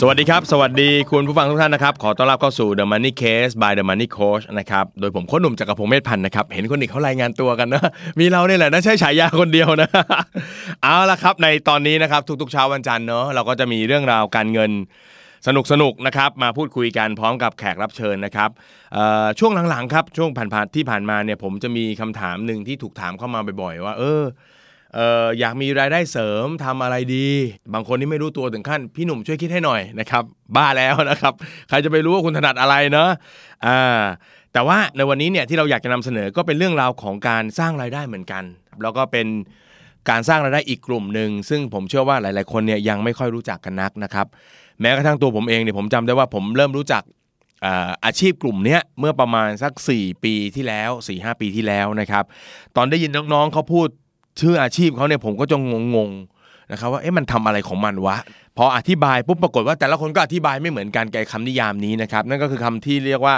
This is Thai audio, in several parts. สวัสดีครับ สวัสดีคุณผู้ฟังทุกท่านนะครับ ขอต้อนรับเข้าสู่ The Money Case by The Money Coach นะครับ โดยผมโค้ชหนุ่มจักรพงศ์เมธพันธ์นะครับ เห็นคนอื่นเขารายงานตัวกันนะ มีเราเนี่ยแหละนะใช่ฉายาคนเดียวนะ เอาละครับ ในตอนนี้นะครับ ทุกๆเช้าวันจันทร์เนาะเราก็จะมีเรื่องราวการเงิน สนุกๆนะครับมาพูดคุยกันพร้อมกับแขกรับเชิญนะครับเอ่อช่วงหลังๆครับช่วงผ่านๆที่ผ่านมาเนี่ยผมจะมีคำถามหนึ่งที่ถูกถามเข้ามาบ่อยๆว่าเออ เอ่ออยากมีรายได้เสริมทำอะไรดี บางคนนี่ไม่รู้ตัวถึงขั้น พี่หนุ่มช่วยคิดให้หน่อยนะครับ บ้าแล้วนะครับ ใครจะไปรู้ว่าคุณถนัดอะไรเนอะอ่าแต่ว่าในวันนี้เนี่ยที่เราอยากจะนำเสนอก็เป็นเรื่องราวของการสร้างรายได้เหมือนกัน แล้วก็เป็นการสร้างรายได้อีกกลุ่มหนึ่งซึ่งผมเชื่อว่าหลาย ๆ คนเนี่ยยังไม่ค่อยรู้จักกันนักนะครับแม้กระทั่งตัวผมเองเนี่ยผมจำได้ว่าผมเริ่มรู้จัก อ่าอาชีพกลุ่มเนี้ยเมื่อประมาณสัก 4 ปีที่แล้ว4 5ปีที่แล้วนะครับ ตอนได้ยินน้องๆเขาพูดชื่ออาชีพเขาเนี่ยผมก็จะงงๆนะครับว่าเอ๊ะมันทำอะไรของมันวะ พออธิบายปุ๊บปรากฏว่าแต่ละคนก็อธิบายไม่เหมือนกันไกบคำนิยามนี้นะครับ นั่นก็คือคำที่เรียกว่า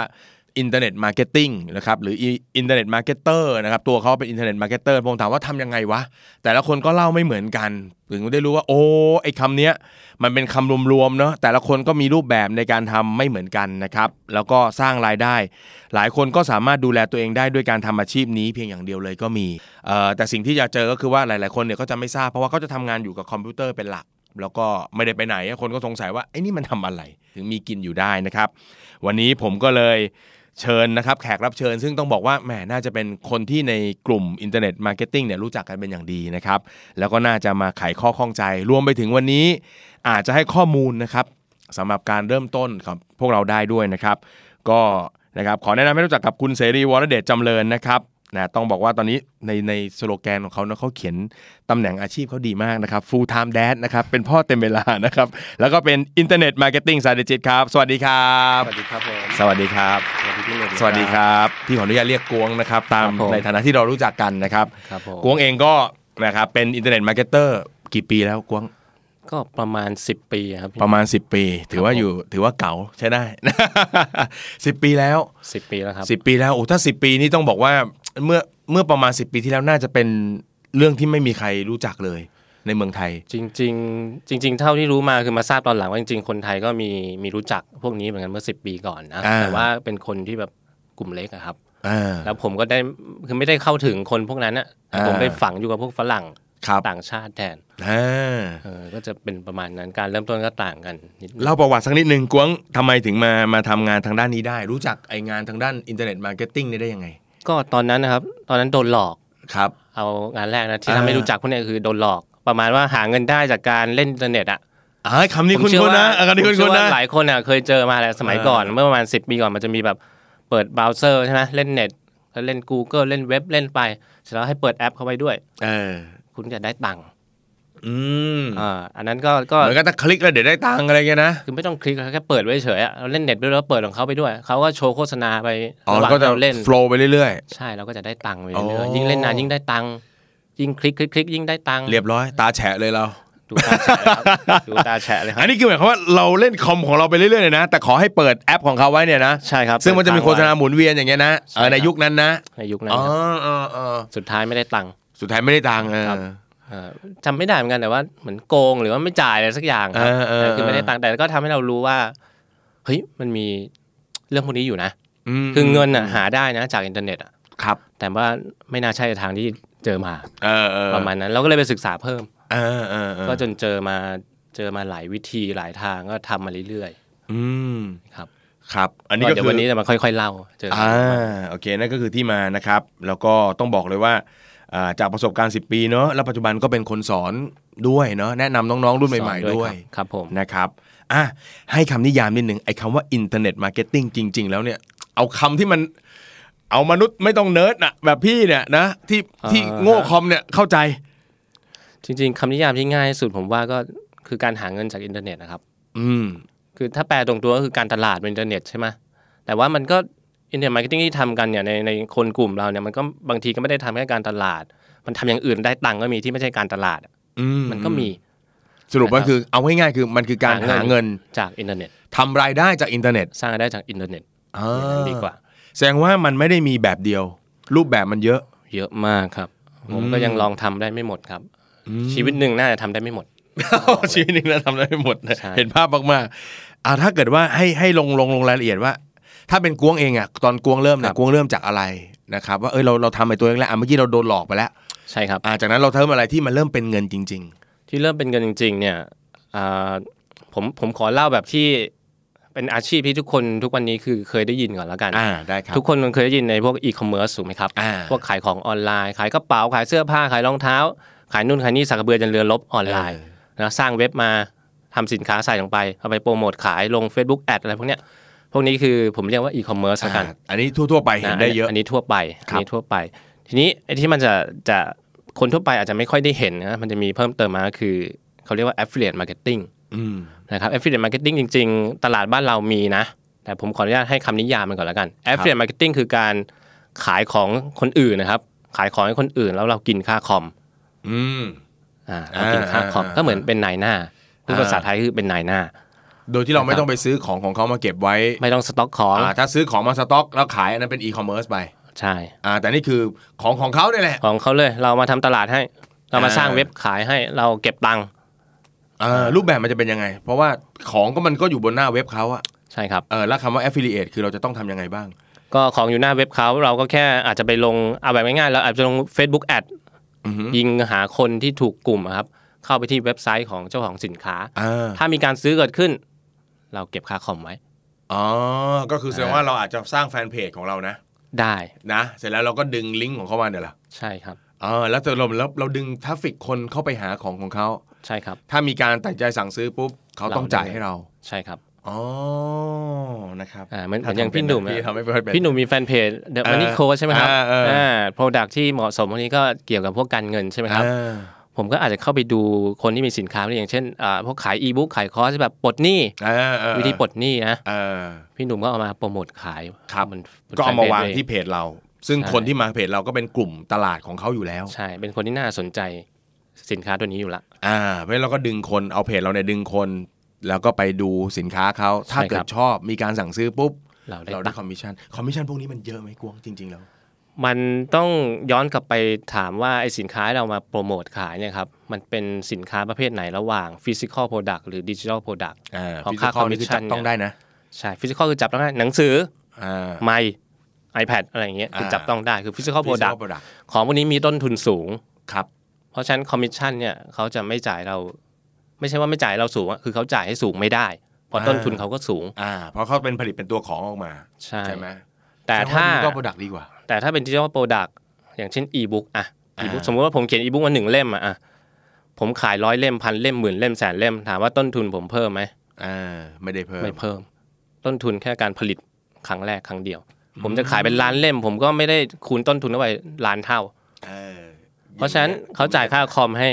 อินเทอร์เน็ตมาร์เก็ตติ้งนะครับหรืออินเทอร์เน็ตมาร์เก็ตเตอร์นะครับตัวเขาเป็นอินเทอร์เน็ตมาร์เก็ตเตอร์ผมถามว่าทำยังไงวะ แต่ละคนก็เล่าไม่เหมือนกัน ถึงได้รู้ว่า โอ้ไอ้คำเนี้ย มันเป็นคำรวมๆเนาะแต่ละคนก็มีรูปแบบในการทำไม่เหมือนกันนะครับ แล้วก็สร้างรายได้ หลายคนก็สามารถดูแลตัวเองได้ด้วยการทำอาชีพนี้เพียงอย่างเดียวเลยก็มีเอ่อแต่สิ่งที่จะเจอก็คือว่าหลาย ๆ คนเนี่ยก็จะไม่ทราบเพราะว่าเขาจะทำงานอยู่กับคอมพิวเตอร์เป็นหลัก แล้วก็ไม่ได้ไปไหนคนก็สงสัยว่าไอ้นี่มันทำอะไร ถึงมีกินอยู่ได้นะครับ วันนี้ผมก็เลยเชิญนะครับแขกรับเชิญ ซึ่งต้องบอกว่าแหมน่าจะเป็นคนที่ในกลุ่มอินเทอร์เน็ตมาร์เก็ตติ้งเนี่ยรู้จักกันเป็นอย่างดีนะครับ แล้วก็น่าจะมาไขข้อข้องใจ รวมไปถึงวันนี้ อาจจะให้ข้อมูลนะครับสำหรับการเริ่มต้นของพวกเราได้ด้วยนะครับ ก็นะครับขอแนะนำให้รู้จักกับคุณเสรีวรเดชจำเริญนะครับนะต้องบอกว่าตอนนี้ในในสโลแกนของเขาเนะเขาเขียนตำแหน่งอาชีพเขาดีมากนะครับ full time dad นะครับเป็นพ่อเต็มเวลานะครับ แล้วก็เป็น Internet Marketing Strategist ครับ สวัสดีครับ สวัสดีครับผม สวัสดีครับ สวัสดีพี่หนุ่ม สวัสดีครับพี่ขออนุญาตเรียกกวงนะครับตาม ครับผม ในฐานะที่เรารู้จักกันนะครับ ครับผม กวงเองก็นะครับเป็นอินเทอร์เน็ตมาร์เก็ตเตอร์กี่ปีแล้วกวง ก็ประมาณ 10 ปีครับ ประมาณ 10 ปี ถือว่าอยู่ถือว่าเก่าใช่ได้ 10 ปีแล้ว สิบปีแล้วครับ 10 ปีแล้วโอ้ถ้า 10 ปีนี่ต้องบอกว่าเมื่อเมื่อประมาณ 10 ปีที่แล้วน่าจะเป็นเรื่องที่ไม่มีใครรู้จักเลยในเมืองไทย จริง ๆ จริง ๆ เท่าที่รู้มาคือมาทราบตอนหลังว่าจริง ๆ คนไทยก็มีมีรู้จักพวกนี้เหมือนกันเมื่อ 10 ปีก่อนนะ อ่า แต่ว่าเป็นคนที่แบบกลุ่มเล็กอะครับ อ่า แล้วผมก็ได้คือไม่ได้เข้าถึงคนพวกนั้นอะ อ่า ผมไปฝังอยู่กับพวกฝรั่ง ครับ ต่างชาติแทน อ่า เออก็จะเป็นประมาณนั้นการเริ่มต้นก็ต่างกันนิดนึง เล่าประวัติสักนิดนึงกวงทำไมถึงมามาทำงานทางด้านนี้ได้ รู้จักไองานทางด้านอินเทอร์เน็ตมาร์เก็ตติ้งนี่ได้ยังไง ก็ตอนนั้นนะครับ ตอนนั้นโดนหลอก ครับ เอางานแรกนะที่ อ่า ทำให้รู้จักพวกเนี้คือโดนหลอก ประมาณว่าหาเงินได้จากการเล่นอินเทอร์เน็ตอะ อ่าคำนี้ ผม คุณ เชื่อ คุณ ว่า นะอ่าคำนี้ ผม คุณ เชื่ คุ อ ณ ว่า นะ หลายคนอ่ะเคยเจอมาแหละสมัยก่อนเมื่อประมาณ10ปีก่อนมันจะมีแบบเปิดเบราว์เซอร์ใช่ไหมเล่นเน็ตแล้วเล่น Google เล่นเว็บเล่นไปเสร็จแล้วให้เปิดแอปเข้าไปด้วย เออ คุณจะได้ตังค์ อืม อ่าอันนั้นก็ก็ เหมือนกับถ้าคลิกแล้วเดี๋ยวได้ตังค์อะไรเงี้ยนะ คือไม่ต้องคลิกแค่เปิดไว้เฉยๆอะเราเล่นเน็ตด้วยแล้วเปิดของเขาไปด้วยเขาก็โชว์โฆษณาไป อ๋อ ระห แล้ ว่าง วก็จะ เราเล่น โฟล์ไปเรื่อย ใช่เราก็จะได้ตังค์ไปเรื่ออ๋อยๆยิ่งเล่นนานยิ่งได้ตังค์ยิ่งคลิกคลิกคลิกยิ่งได้ตังค์ ๆ เรียบร้อย ตาแฉะเลยเรา ดูตาแฉะครับดูตาแฉะเลยค อั รันบนี้คือหมายความว่าเราเล่นคอมของเราไปเรื่อยๆเลยนะ แต่ขอให้เปิดแอปของเขาไว้เนี่ยนะ ใช่ครับ ซึ่งมันจะมีโฆษณา เปิด หมุนเวียนอย่างเงี้ยนะเออในยุคนั้นนะ ตังค์ไว้ในยุคนั้น อ๋อ ครับ เออเออ สุดท้ายไม่ได้ตังค์ สุดท้ายไม่ได้ตังค์เออ ครับ เอ่อจำไม่ได้เหมือนกันแต่ว่าเหมือนโกงหรือว่าไม่จ่ายอะไรสักอย่างครั เออเออ แต่คือไม่ได้ตังค์แต่ก็ทำให้เรารู้ว่าเฮ้ยมันมีเรื่องพวกนี้อยู่นะ ม คือเงินอ่ะหาได้นะจากอินเทอร์เน็ตอะ ครับ แต่ว่าไม่น่าใช่ทางที่เจอมา เออเออ ประมาณนั้นเราก็เลยไปศึกษาเพิ่ม เออเออเออ ก็จนเจอมาเจอมาหลายวิธีหลายทางก็ทำมาเรื่อย อืม ๆครับ ครับ อันนี้ก็ก็เดี๋ย คื ว อ วันนี้จะมาค่อย ๆ เล่าเจอ อ่าโอเคนั่นก็คือที่มานะครับ แล้วก็ต้องบอกเลยว่าอ่าจากประสบการณ์ 10 ปีเนอะแล้วปัจจุบันก็เป็นคนสอนด้วยเนอะแนะนำน้องๆ รุ่นใหม่ ๆ ด้วย ครับผม นะครับอ่ะให้คำนิยามนิดหนึ่งไอ้คำว่าอินเทอร์เน็ตมาร์เก็ตติ้งจริง ๆ แล้วเนี่ย เอาคำที่มันเอามนุษย์ไม่ต้องเนิร์ดนะแบบพี่เนี่ยนะที่ที่โง่คอมเนี่ยเข้าใจ จริง ๆคำนิยามที่ง่ายที่สุดผมว่าก็คือการหาเงินจากอินเทอร์เน็ตนะครับ อืม คือถ้าแปลตรงตัวก็คือการตลาดบนอินเทอร์เน็ตใช่ไหมแต่ว่ามันก็ อินเทอร์มาร์เก็ตติ้งที่ทำกันเนี่ยในในคนกลุ่มเราเนี่ยมันก็บางทีก็ไม่ได้ทำแค่การตลาด มันทำอย่างอื่นได้ตังค์ก็มีที่ไม่ใช่การตลาดอะ อื มันก็มี สรุปว่า นะครับ คือเอาง่ายๆคือมันคือการหาเงิน จากอินเทอร์เน็ต ทำรายได้จากอินเทอร์เน็ต สร้างรายได้จากอินเทอร์เน็ต อ่า อย่างนั้นดีกว่า แสดงว่ามันไม่ได้มีแบบเดียว รูปแบบมันเยอะ เยอะมากครับ ผมก็ยังลองทำได้ไม่หมดครับ ชีวิตหนึ่งน่าจะทำได้ไม่หมด ชีวิตนี้นะทำได้ไม่หมดนะ ใช่ เห็นภาพมากๆอ่าถ้าเกิดว่าให้ให้ลงลงลงรายละเอียดว่า ถ้าเป็นกวงเองอะตอนกวงเริ่มเนี่ยกวงเริ่มจากอะไรนะครับว่าเอยเราเราทำไอ้ตัวเองแล้วอ่ะเมื่อกี้เราโดนหลอกไปแล้ว ใช่ครับ อ่าจากนั้นเราเทิมอะไรที่มันเริ่มเป็นเงินจริง ที่เริ่มเป็นกันจริง ๆ เนี่ยอ่าผมผมขอเล่าแบบที่เป็นอาชีพที่ทุกคนทุกวันนี้คือเคยได้ยินก่อนแล้วกัน ๆ อ่าได้ครับ ทุกคนมันเคยได้ยินในพวกอีคอมเมิร์ซถูกไหมครับ อ่า พวกขายของออนไลน์ ขายกระเป๋า ขายเสื้อผ้า ขายรองเท้า ขายนู่นขายนี่สักกระเบือจนเรือลบออนไลน์นะสร้างเว็บมาทำสินค้าใส่ลงไป เอาไปโปรโมทขายลง Facebook แอดอะไรพวกเนี้ยพวกนี้คือผมเรียกว่าอีคอมเมิร์ซละกัน อ่าอันนี้ทั่วๆไปเห็นได้เยอะ อันนี้ทั่วไป ค อั รั น บ นี้ทั่วไป ทีนี้ไอ้ที่มันจะจะคนทั่วไปอาจจะไม่ค่อยได้เห็นนะมันจะมีเพิ่มเติมมาก็คือเขาเรียกว่า affiliate marketing อืม นะครับ affiliate marketing จริง ๆ ตลาดบ้านเรามีนะ แต่ผมขออนุญาตให้คำนิยามมันก่อนแล้วกัน affiliate marketing คือการขายของคนอื่นนะครับ ขายของให้คนอื่นแล้วเรากินค่าคอม อืม อ่าเรากินค่าคอม อ่า ก็เหมือนเป็นนายหน้าพูดภาษาไทยคือเป็นนายหน้า โดยที่เราไม่ นะครับ ต้องไปซื้อของของเขามาเก็บไว้ ไม่ต้องสต็อกของ อ่าถ้าซื้อของมาสต็อก แล้วขายอันนั้นเป็นอีคอมเมิร์ซไป ใช่ อ่าแต่นี่คือของของเขาเนี่ยแหละ ของเขาเลยเรามาทำตลาดให้ เรามา อ่า สร้างเว็บขายให้เราเก็บตังค์ เออรูปแบบมันจะเป็นยังไง เพราะว่าของก็มันก็อยู่บนหน้าเว็บเขาอะ ใช่ครับ เออแล้วคำว่า affiliate คือเราจะต้องทำยังไงบ้าง ก็ของอยู่หน้าเว็บเขาเราก็แค่อาจจะไปลงเอาแบบง่ายๆเราอาจจะลง Facebook แอด อือฮึ ยิงหาคนที่ถูกกลุ่มอะครับ เข้าไปที่เว็บไซต์ของเจ้าของสินค้า อ่า ถ้ามีการซื้อเกิดขึ้น เราเก็บค่าคอมไว้ อ๋อ ก็คือแสดงว่าเราอาจจะสร้างแฟนเพจของเรานะ ได้ นะ เสร็จแล้วเราก็ดึงลิงก์ของเขามาเนี่ยแหละ ใช่ครับ เออแล้วแต่เราเราเราดึงทราฟฟิกคนเข้าไปหาของของเขา ใช่ครับ ถ้ามีการตัดใจสั่งซื้อปุ๊บ เขาต้องจ่ายให้เรา ใช่ครับ อ๋อ นะครับ อ่าเหมือนเหมือนอย่างพี่หนุ่มอะ พี่ทำไม่ค่อยเป็น พี่หนุ่มมีแฟนเพจเดอะมันนี่โคใช่ไหมครับ เออเออ อ่าโปรดักที่เหมาะสมพวกนี้ก็เกี่ยวกับพวกการเงินใช่ไหมครับ อ่า ผมก็อาจจะเข้าไปดูคนที่มีสินค้าอย่างเช่นอ่าพวกขายอีบุ๊กขายคอร์สแบบปลดหนี้ อ่าเออ วิธีปลดหนี้นะ เออ พี่หนุ่มก็เอามาโปรโมทขาย ครับ นบน ก็เอามา แฟนพจ วาง ลย ที่เพจเรา ซึ่ง ใช่ คนที่มาเพจเราก็เป็นกลุ่มตลาดของเขาอยู่แล้ว ใช่ เป็นคนที่น่าสนใจสินค้าตัวนี้อยู่ละ อ่าเพราะฉะนั้นเราก็ดึงคนเอาเพจเราเนี่ยดึงคน แล้วก็ไปดูสินค้าเขาถ้า ใช่ครับ เกิดชอบมีการสั่งซื้อปุ๊บ เราได้ เรา ตั ได้ งค์ คอมมิชชั่นคอมมิชชั่นพวกนี้มันเยอะไหมกวงจริง ๆ แล้ว มันต้องย้อนกลับไปถามว่าไอสินค้าที่เรามาโปรโมทขายเนี่ยครับ มันเป็นสินค้าประเภทไหนระหว่าง Physical Product หรือ Digital Product อ่า เพราะ ฟิสิ ค่า คอลนี่ commission คือจับต้องได้นะ ใช่ Physical คือจับต้องได้หนังสือ อ่า ไมค์ iPad อะไรอย่างเงี้ยคือจับต้องได้คือ Physical Product Physical product ของพวกนี้มีต้นทุนสูง ครับ เพราะฉะนั้นคอมมิชชั่นเนี่ยเขาจะไม่จ่ายเรา ไม่ใช่ว่าไม่จ่ายเราสูงอะคือเขาจ่ายให้สูงไม่ได้เพราะต้นทุนเขาก็สูง อ่าเพราะเขาเป็นผลิตเป็นตัวของออกมา ใช่ ใช่ไหม แต่ถ้า ก็โปรดักดีกว่า แต่ถ้าเป็นดิจิทัลโปรดักต์อย่างเช่นอีบุ๊กอะ อ่า อีบุ๊กสมมติว่าผมเขียนอีบุ๊กมาหนึ่งเล่มอะอะผมขายร้อยเล่มพันเล่มหมื่นเล่มแสนเล่มถามว่าต้นทุนผมเพิ่มไหม อ่าไม่ได้เพิ่ม ไม่เพิ่ม ต้นทุนแค่การผลิตครั้งแรกครั้งเดียว ผมจะขายเป็นล้านเล่ม ผมก็ไม่ได้คูณต้นทุนเข้าไปล้านเท่า เออ เพราะฉะนั้นเขาจ่ายค่าคอมให้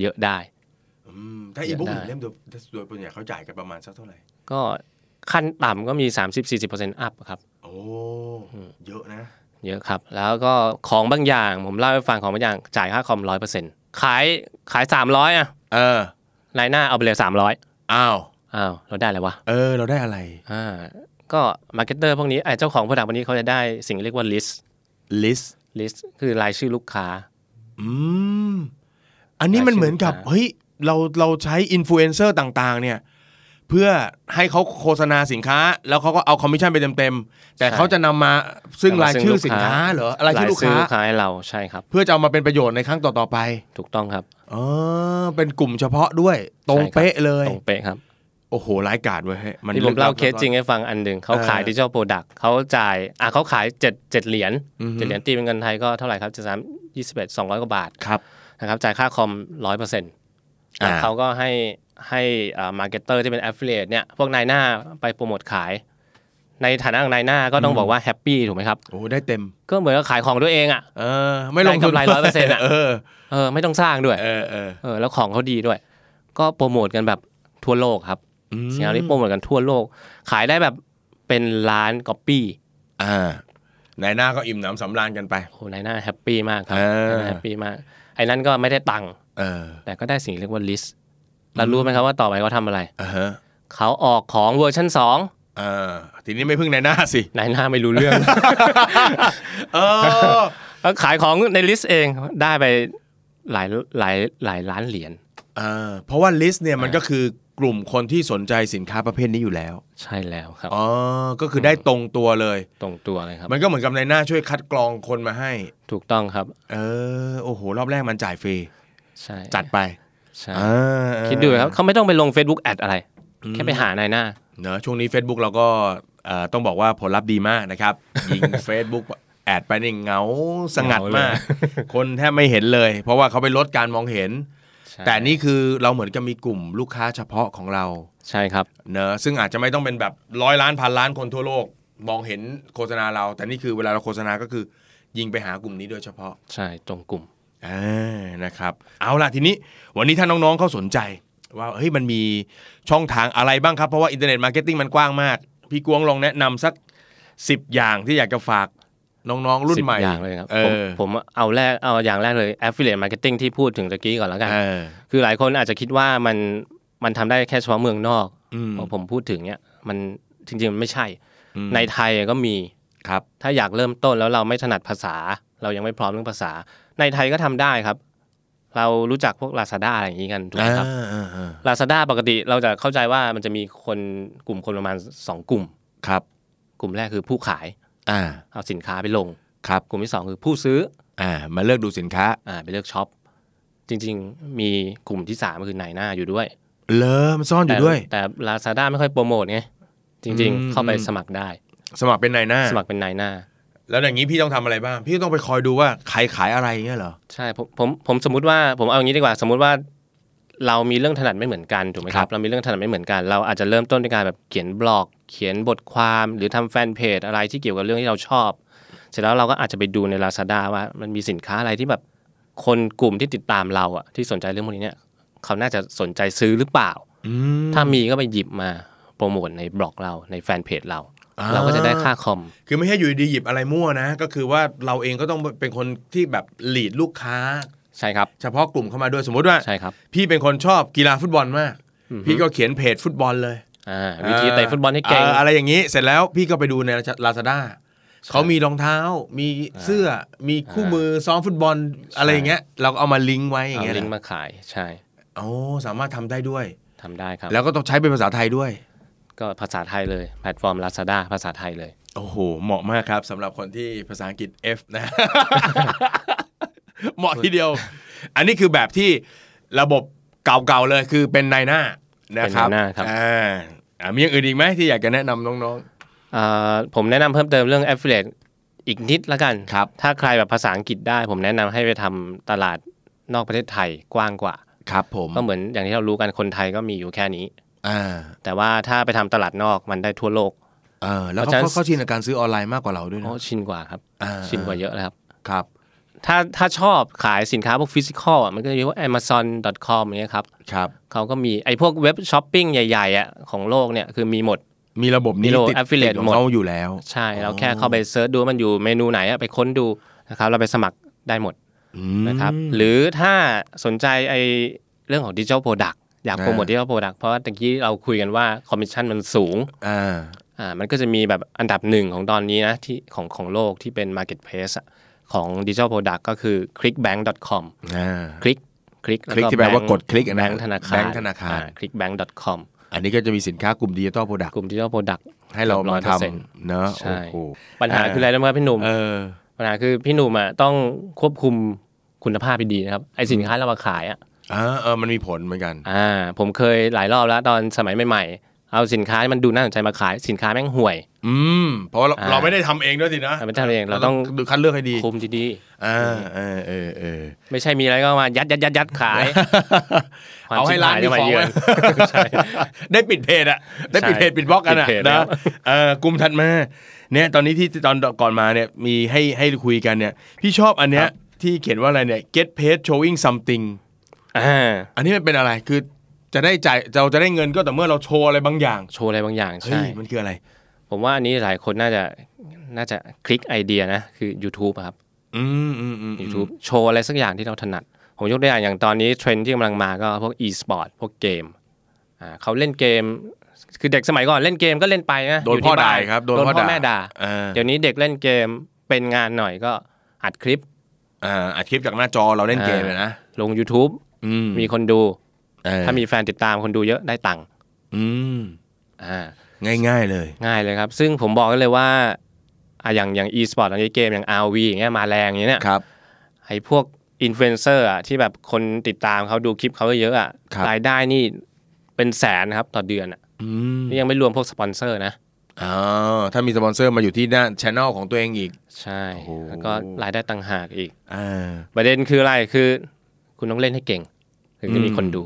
เยอะได้ อืมถ้าอีบุ๊ก ได้ หนึ่งเล่มโดยโดยส่วนใหญ่เขาจ่ายกันประมาณสักเท่าไหร่ ก็ขั้นต่ำก็มี 30-40%อัพครับ โอ้เยอะนะ เยอะครับ แล้วก็ของบางอย่างผมเล่าให้ฟังของบางอย่างจ่ายค่าคอม100%ขายขาย300อะ เออ รายหน้าเอาไปเลย300 อ้าว อ้าวเราได้อะไรวะ เออเราได้อะไร อ่า ก็มาร์เก็ตเตอร์พวกนี้ไอ้เจ้าของผลิตภัณฑ์พวกนี้เขาจะได้สิ่งเรียกว่า list list list คือรายชื่อลูกค้า อืม อันนี้มันเหมือนกับ รายชื่อลูกค้า เฮ้ย เราเราใช้อินฟลูเอนเซอร์ต่าง ๆ เนี่ย เพื่อให้เขาโฆษณาสินค้า แล้วเขาก็เอาคอมมิชชั่นไปเต็ม ๆ แต่เขาจะนำมาซึ่งรายชื่อสินค้าเหรอรายชื่อลูกค้า ให้เราใช่ครับ เพื่อจะเอามาเป็นประโยชน์ในครั้งต่อ ๆ ไป ถูกต้องครับ อ๋อเป็นกลุ่มเฉพาะด้วย ตรง ใช่ครับ เป๊ะเลย ตรงเป๊ะครับ โอ้โหร้ายกาจเว้ยเฮ้ยมัน ที่ผมเล่าเค ลึกลับ สจริง แล้ว ให้ฟังอันหนึ่งเขาขาย เออ ดิจิ a l โปรดักต์เขาจ่ายอ่ะเขาขายเจ็ดเจ็ดเหรียญ อือฮึ เจ็ดเหรียญตีเป็นเงินไทยก็เท่าไหร่ครับเจ็ดสามยี่สิบเอ็ดสองร้อยกว่าบาท ก็ครับ นะครับจ่ายค่าคอมร้อยเปอร์เซ็นต์ อ่า เขาก็ให้ให้อ่ามาร์เก็ตเตอร์ที่เป็นแอฟเฟลเนี่ยพวกนายหน้าไปโปรโมทขาย ในฐานะของนายหน้าก็ต้องบอกว่าแฮปปี้ถูกไหมครับ โอ้ได้เต็ม ก็เหมือนกับขายของด้วยเองอ่ะ เออ ไม่ลงทุน ได้กำไร100%อะ เออ เออไม่ต้องสร้างด้วย เออเออ เออแล้วของเขาดีด้วย ก็โปรโมทกันแบบทั่วโลกครับ อืม สินค้านี้โปรโมทกันทั่วโลก ขายได้แบบเป็นล้านก๊อปปี้ อ่าในหน้าก็อิ่มหนำสำราญกันไป โอ้นายหน้าแฮปปี้มากครับ เออ แฮปปี้มาก ไอ้นั่นก็ไม่ได้ตังค์ เออ แต่ก็ได้สิ่งเรียกว่าลิสต์แล้วรู้ไหมครับว่าต่อไปเขาทำอะไร อ่าฮะ เขาออกของเวอร์ชัน2 อ่าทีนี้ไม่พึ่งในหน้าสิ นายหน้าไม่รู้เรื่อง เออ แล้วขายของในลิสต์เองได้ไปหลายหลายหลายล้านเหรียญ อ่าเพราะว่าลิสต์เนี่ยมันก็คือกลุ่มคนที่สนใจสินค้าประเภทนี้อยู่แล้ว ใช่แล้วครับ อ๋อก็คือได้ตรงตัวเลย ตรงตัวเลยครับ มันก็เหมือนกับในหน้าช่วยคัดกรองคนมาให้ ถูกต้องครับ เออโอ้โห รอบแรกมันจ่ายฟรี ใช่ จัดไป ใช่ อ่า คิดดูครับเขาไม่ต้องไปลง Facebook แอดอะไร แค่ไปหานายหน้า เนอะช่วงนี้ Facebook เราก็เอ่อต้องบอกว่าผลลัพธ์ดีมากนะครับ ยิง Facebook แอดไปนี่เหงาสงัด เหงาเลย มาก คนแทบไม่เห็นเลย เพราะว่าเขาไปลดการมองเห็น ใช่ แต่นี่คือเราเหมือนกับมีกลุ่มลูกค้าเฉพาะของเรา ใช่ครับ เนอะซึ่งอาจจะไม่ต้องเป็นแบบร้อยล้านพันล้านคนทั่วโลก มองเห็นโฆษณาเรา แต่นี่คือเวลาเราโฆษณาก็คือ ยิงไปหากลุ่มนี้โดยเฉพาะ ใช่ตรงกลุ่ม อ่านะครับ เอาล่ะทีนี้วันนี้ถ้าน้องๆเขาสนใจ ว่าเฮ้ยมันมีช่องทางอะไรบ้างครับ เพราะว่าอินเทอร์เน็ตมาร์เก็ตติ้งมันกว้างมาก พี่กวงลองแนะนำสัก 10 อย่างที่อยากจะฝากน้องๆรุ่น สิบ ใหม่ อย่างเลยครับ เอ ผม อ ผมเอาแรกเอาอย่างแรกเลย affiliate marketing ที่พูดถึงตะกี้ก่อนแล้วกัน เออ คือหลายคนอาจจะคิดว่ามันมันทำได้แค่เฉพาะเมืองนอก อืม พอผมพูดถึงเนี่ยมันจริงๆมันไม่ใช่ อืม ในไทยก็มี ครับ ถ้าอยากเริ่มต้นแล้วเราไม่ถนัดภาษา เรายังไม่พร้อมเรื่องภาษา ในไทยก็ทำได้ครับ เรารู้จักพวก Lazada อะไรอย่างนี้กันถูกไหมครับ อ่าอ่าอ่า Lazada ปกติเราจะเข้าใจว่ามันจะมีคนกลุ่มคนประมาณ 2 กลุ่ม ครับ กลุ่มแรกคือผู้ขาย อ่า เอาสินค้าไปลง ครับ กลุ่มที่สองคือผู้ซื้อ อ่ามาเลือกดูสินค้า อ่าไปเลือกช็อป จริงๆ มีกลุ่มที่สามก็คือนายหน้าอยู่ด้วย เลอมันซ่อนอยู่ด้วย แต่ลาซาด้าไม่ค่อยโปรโมทไงจริง อืม ๆ เข้าไปสมัครได้ สมัครเป็นนายหน้า สมัครเป็นนายหน้า แล้วอย่างนี้พี่ต้องทำอะไรบ้าง พี่ต้องไปคอยดูว่าใครขายอะไรอย่างเงี้ยเหรอ ใช่ผมผมผมสมมติว่าผมเอาอย่างนี้ดีกว่า สมมติว่าเรามีเรื่องถนัดไม่เหมือนกันถูกไหมค ครั รับ บ เรามีเรื่องถนัดไม่เหมือนกัน เราอาจจะเริ่มต้นด้วยการแบบเขียนบล็อก เขียนบทความหรือทำแฟนเพจอะไรที่เกี่ยวกับเรื่องที่เราชอบ เสร็จแล้วเราก็อาจจะไปดูใน Lazada ว่ามันมีสินค้าอะไรที่แบบคนกลุ่มที่ติดตามเราอะที่สนใจเรื่องพวกนี้เนี่ยเขาน่าจะสนใจซื้อหรือเปล่า อืม ถ้ามีก็ไปหยิบมาโปรโมทในบล็อกเราในแฟนเพจเรา อ่า เราก็จะได้ค่าคอม คือไม่ใช่อยู่ดีๆหยิบอะไรมั่วนะ ก็คือว่าเราเองก็ต้องเป็นคนที่แบบหลีดลูกค้า ใช่ครับ เฉพาะกลุ่มเข้ามาด้วยสมมติว่า ใช่ครับ พี่เป็นคนชอบกีฬาฟุตบอลมาก พี่ก็เขียนเพจฟุตบอลเลย อ่าวิธีเตะฟุตบอลให้เก่ง ออะไรอย่างนี้ เสร็จแล้วพี่ก็ไปดูในลาซาด้าเขามีรองเท้า มีเสื้อ มีคู่มือซ้อมฟุตบอลอะไรอย่างเงี้ย เราก็เอามาลิงก์ไว้อย่าง เอา เงี้ย ลิงก์มาขายใช่ โอ้สามารถทำได้ด้วย ทำได้ครับ แล้วก็ต้องใช้เป็นภาษาไทยด้วย ก็ภาษาไทยเลย แพลตฟอร์ม Lazada ภาษาไทยเลย โอ้โห เหมาะมากครับสำหรับคนที่ภาษาอังกฤษ F นะ เหมาะทีเดียว อันนี้คือแบบที่ระบบเก่าๆเลยคือเป็นนายหน้านะครับ เป็นนายหน้าครับ อ่าอ่ามีอย่างอื่นอีกไหมที่อยากจะแนะนำน้อง เอ่อผมแนะนำเพิ่มเติมเรื่อง Affiliate อีกนิดละกัน ครับ ถ้าใครแบบภาษาอังกฤษได้ ผมแนะนำให้ไปทำตลาดนอกประเทศไทยกว้างกว่า ๆ ครับผม ก็เหมือนอย่างที่เรารู้กันคนไทยก็มีอยู่แค่นี้ อ่า แต่ว่าถ้าไปทำตลาดนอกมันได้ทั่วโลก เออแล้ว เพราะฉะนั้ เขา น เขาชินกับการซื้อออนไลน์มากกว่าเราด้วย โอ้ นะ ชินกว่าครับ อ่า ชินกว่าเยอะเลยครับ ครับ ถ้าถ้าชอบขายสินค้าพวกฟิสิกอลมันก็จะเรียกว่า amazon.com อย่างเงี้ยครับ ครับ เขาก็มีไอ้พวกเว็บช้อปปิ้งใหญ่ๆอ่ะของโลกเนี่ยคือมีหมด มีระบบนี้ มีระบบ ติด affiliate ติดของ หมด เขาอยู่แล้ว ใช่เราแค่เข้าไปเซิร์ชดูว่ามันอยู่เมนูไหนอะไปค้นดูนะครับเราไปสมัครได้หมด อืม นะครับหรือถ้าสนใจไอเรื่องของดิจิทัลโปรดักต์อยากโปรโมท อ่า ดิจิทัลโปรดักต์เพราะว่าตะกี้เราคุยกันว่าคอมมิชชั่นมันสูง อ่า อ่ามันก็จะมีแบบอันดับหนึ่งของตอนนี้นะที่ของของโลกที่เป็น Marketplace อะของดิจิทัลโปรดักต์ก็คือ clickbank.com อ่า คลิกคลิก คลิกที่แปลว่ากดคลิกนะ แบงค์ธนาคาร แบงค์ธนาคาร คลิกแบงค์ .com อันนี้ก็จะมีสินค้ากลุ่มดิจิตอลโปรดัก กลุ่มที่เราโปรดักต์ ให้เรามาท 100% ำเนอะ ใช่ โอ้โห ปัญหาคืออะไรรู้ไหมครับพี่หนุ่ม เออ ปัญหาคือพี่หนุ่มอ่ะต้องควบคุมคุณภาพให้ดีนะครับไอสินค้าเรามาขายอ่ะ อ่าเออมันมีผลเหมือนกัน อ่า ผมเคยหลายรอบแล้วตอนสมัยใหม่ๆ เอาสินค้าที่มันดูน่าสนใจมาขายสินค้าแม่งห่วย อืม เพราะเรา อ่า เราไม่ได้ทำเองด้วยสินะ เราไม่ได้ทำเองเราต้อง ดูคัดเลือกให้ดี คุมดี อ่าเออเออเออ ๆ ไม่ใช่มีอะไรก็มายัดยัดยัดยัดขาย ความ เอาให้ร้านมี ชิบหาย ของ จะมาเยือน ไว้ได้ปิดเพจอะได้ปิดเพจ ใช่ ปิดบล็อกกันอะ ปิดเพจแล้ นะ ว เออกลุ่มถัดมาเนี่ยตอนนี้ที่ตอนก่อนมาเนี่ยมีให้ให้คุยกันเนี่ย พี่ชอบอันเนี้ยที่เขียนว่าอะไรเนี่ย get paid showing something อ่า อันนี้มันเป็นอะไรคือจะได้จ่ายเราจะได้เงินก็แต่อเมื่อเราโชว์อะไรบางอย่าง โชว์อะไรบางอย่าง เฮ้ ใช่ ยมันคืออะไร ผมว่าอันนี้หลายคนน่าจะ น่าจะคลิกไอเดียนะคือ YouTube อะครับ อืมอืมอืม YouTube โชว์อะไรสักอย่างที่เราถนัด ผมยกตัวอย่างอย่างตอนนี้เทรนด์ที่กำลังมาก็พวก e-sport พวกเกมอ่าเขาเล่นเกม คือเด็กสมัยก่อนเล่นเกมก็เล่นไปนะ โดน ยู่ พ่อ ที่ ด่า บ้น ครับ โดนพ่อแม่ด่า เออ เดี๋ยวนี้เด็กเล่นเกมเป็นงานหน่อยก็อัดคลิป อ่าอัดคลิปจากหน้าจอเราเล่นเกมเลยนะ ลง YouTube อืม มีคนดู เออ ถ้ามีแฟนติดตามคนดูเยอะได้ตังค์ อืม อ่า ง่ายๆเลย ง่ายเลยครับ ซึ่งผมบอกได้เลยว่าอ่ะอย่างอย่าง e-sport อย่างนี้เกมอย่าง RV อย่างเงี้ยมาแรงอย่างเงี้ยเนี่ย ครับ ไอ้พวกอินฟลูเอนเซอร์อ่ะที่แบบคนติดตามเขาดูคลิปเขาเยอะๆอ่ะ ครับ รายได้นี่เป็นแสนนะครับต่อเดือนอ่ะ อืม นี่ยังไม่รวมพวกสปอนเซอร์นะ อ๋อถ้ามีสปอนเซอร์มาอยู่ที่หน้าช anel ของตัวเองอีก ใช่ โอ้โห แล้วก็รายได้ต่างหากอีก อ่า ประเด็นคืออะไรคือ คุณต้องเล่นให้เก่ง ถึงจะมี อืม คนดู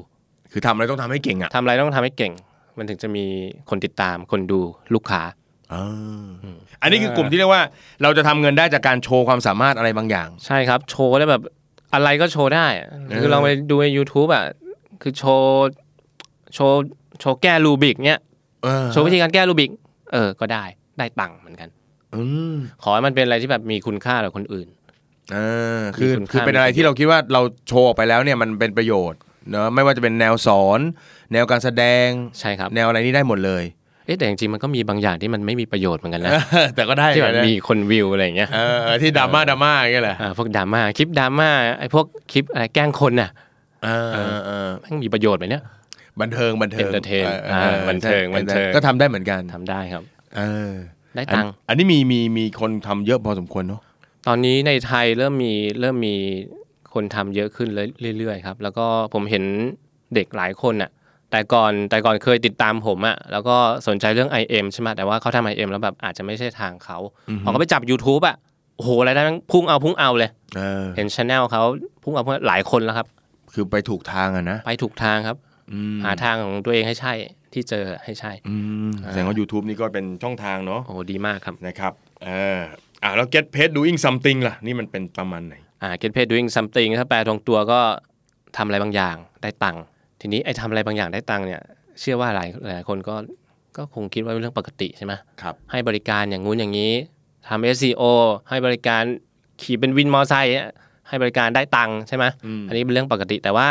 คือทำอะไรต้องทำให้เก่งอ่ะ ทำอะไรต้องทำให้เก่ง มันถึงจะมีคนติดตามคนดูลูกค้า อันนี้คือกลุ่มที่เรียกว่า เราจะทำเงินได้จากการโชว์ความสามารถอะไรบางอย่าง ใช่ครับ โชว์ได้แบบอะไรก็โชว์ได้อะคือลองไปดูใน YouTube อ่ะคือโชว์โชว์โชว์แก้รูบิกเนี้ย เออ โชว์วิธีการแก้รูบิก เออ ก็ได้ ได้ตังค์เหมือนกัน อืม ขอให้มันเป็นอะไรที่แบบมีคุณค่าต่อคนอื่น เออคือ มีคุณค่า คือเป็นอะไรที่เราคิดว่าเราโชว์ออกไปแล้วเนี่ยมันเป็นประโยชน์เนอะไม่ว่าจะเป็นแนวสอน แนวการแสดง ใช่ครับ แนวอะไรนี่ได้หมดเลย เอ๊ะแต่จริงๆมันก็มีบางอย่างที่มันไม่มีประโยชน์เหมือนกันนะ แต่ก็ได้ ที่แบบ นะ มีคนวิวอะไรอย่างเงี้ย เออเออที่ดราม่าดราม่าอย่างเงี้ยแหละ เออพวกดราม่าคลิปดราม่าไอ้พวกคลิปอะไรแกล้งคนน่ะ เออเออเออ แมันมีประโยชน์ไหมเนี่ย บันเทิงบันเทิง Entertain ออออ อ่าบันเทิงบันเทิง ก็ทำได้เหมือนกัน ทำได้ครับ เออ ได้ อั ตั น งค์ อันนี้มีมีมีคนทำเยอะพอสมควรเนาะ ตอนนี้ในไทยเริ่มมีเริ่มมีคนทำเยอะขึ้นเรื่อยๆครับ แล้วก็ผมเห็นเด็กหลายคนน่ะ แต่ก่อนแต่ก่อนเคยติดตามผมอะแล้วก็สนใจเรื่อง IM ใช่ไหมแต่ว่าเขาทำ IM แล้วแบบอาจจะไม่ใช่ทางเขาพอเขาไปจับ YouTube อะโอ้โหอะไรายได้แม่งพุ่งเอาพุ่งเอาเลย เออ เห็นชาแนลเขาพุ่งเอาพุ่งเอาหลายคนแล้วครับ คือไปถูกทางอะนะ ไปถูกทางครับ อืม หาทางของตัวเองให้ใช่ที่เจอให้ใช่ อืมแสดงว่า YouTube นี่ก็เป็นช่องทางเนาะ โอ้ดีมากครับ นะครับเอออ่าแล้ว Get Paid Doing Something ล่ะ นี่มันเป็นประมาณไหน อ่า get paid doing something ถ้าแปลตรงตัวก็ทำอะไรบางอย่างได้ตังค์ทีนี้ไอ้ทำอะไรบางอย่างได้ตังค์เนี่ย เชื่อว่าหลายหลายคนก็ก็คงคิดว่าเป็นเรื่องปกติใช่ไหม ครับ ให้บริการอย่างงู้นอย่างนี้ทำ SEO ให้บริการขี่เป็นวินมอไซค์เนี่ยให้บริการได้ตังค์ใช่ไหมอันนี้เป็นเรื่องปกติ แต่ว่า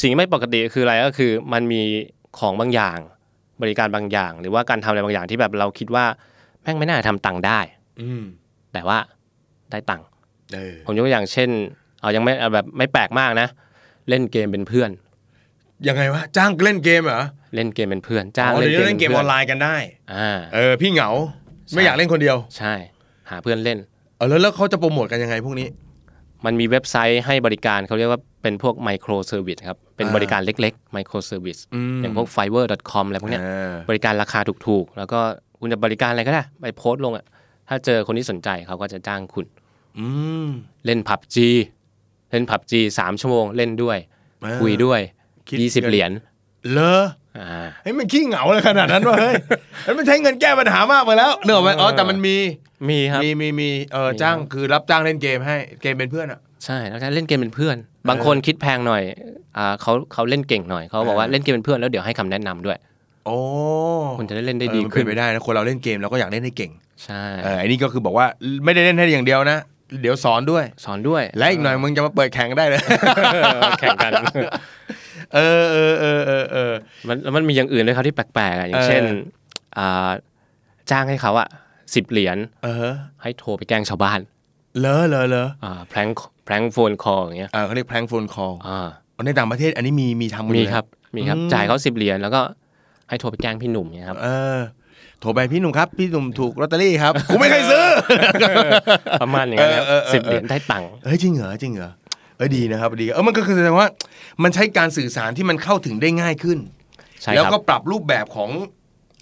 สิ่งที่ไม่ปกติคืออะไรก็คือ มันมีของบางอย่าง บริการบางอย่าง หรือว่าการทำอะไรบางอย่างที่แบบเราคิดว่าแม่งไม่น่าทำตังค์ได้ อืม แต่ว่าได้ตังค์ เออ ผมยกตัวอย่างเช่น เอายังไม่เอาแบบไม่แปลกมากนะ เล่นเกมเป็นเพื่อน ยังไงวะ จ้างเล่นเกมเหรอ เล่นเกมเป็นเพื่อนจ้าง อ๋อ เล่น เดี๋ยวเกม เล่นเก ป็ ม พื่ ออนไลน์กันได้ อ่า เออ พี่เหงา ไม่อยากเล่นคนเดียว ใช่ หาเพื่อนเล่น เออแล้วแล้วเขาจะโปรโมทกันยังไงพวกนี้ มันมีเว็บไซต์ให้บริการเขาเรียกว่าเป็นพวกไมโครเซอร์วิสครับ เป็น อ่า บริการเล็กๆไมโครเซอร์วิส อืม อย่างพวก fiverr.com อะไรพวกเนี้ย เออบ ริการราคาถูกๆ แล้วก็คุณจะบริการอะไรก็ได้ ไปโพสต์ลงอ่ะ ถ้าเจอคนที่สนใจเขาก็จะจ้างคุณ อืม เล่นผับจีเล่นผับจีสามชั่วโมงเล่นด้วย เออ คุยด้วย คิด ยี่สิบ เงิน เหรียญ เลอ อ่า เฮ้ยมันขี้เหงาเลยขนาดนั้นวะเฮ้ย แล้วมันใช้เงินแก้ปัญหามากไปแล้วเนกออกไหมอ๋อแต่มันมี มีครับ มีมีมีเออ มีครับ จ้างคือรับจ้างเล่นเกมให้เกมเป็นเพื่อนอะ ใช่แล้วก็เล่นเกมเป็นเพื่อน บางคนคิดแพงหน่อยอ่าเขาเขาเล่นเก่งหน่อยเขาบอกว่า เออ เล่นเกมเป็นเพื่อนแล้วเดี๋ยวให้คำแนะนำด้วย โอ้ คุณจะได้เล่นได้ เออ ดี มั ขึ้ เป็น นไปได้นะคนเราเล่นเกมเราก็อยากเล่นให้เก่ง ใช่ เออไอ้นี่ก็คือบอกว่าไม่ได้เล่นให้อย่างเดียวนะ เดี๋ยวสอนด้วย สอนด้วย และอีกหน่อยมึงจะมาเปิดแข่งได้เลย แข่งกัน เออเออเออเออเออ มันแล้วมันมีอย่างอื่นด้วยครับที่แปลกๆอ่ะอย่างเช่น เออ อ่าจ้างให้เขาอ่ะสิบเหรียญ เออ ให้โทรไปแกล้งชาวบ้าน เลอะเลอะเลอะ อ่าแพลงแพลงโฟนคออย่างเงี้ย เออเขาเรียกแพลงโฟนคอล อ่า ในต่างประเทศอันนี้มีมีทำกันอ มี ยู่เลย ครับมีครับจ่ายเขาสิบเหรียญแล้วก็ให้โทรไปแกล้งพี่หนุ่มเนี่ยครับ เออ โทรไปพี่หนุ่มครับ พี่หนุ่มถูกลอตเตอรี่ ครับกูไม่เคยซื้อ ประมาณอย่างเงี้ย เออเออเออ สิบเหรียญได้ตังค์ เฮ้ยจริงเหรอจริงเหรอเออดีนะครับดีเออมันก็คือแสดงว่า มันใช้การสื่อสารที่มันเข้าถึงได้ง่ายขึ้น ใช่ แล้ว ครับ ก็ปรับรูปแบบของ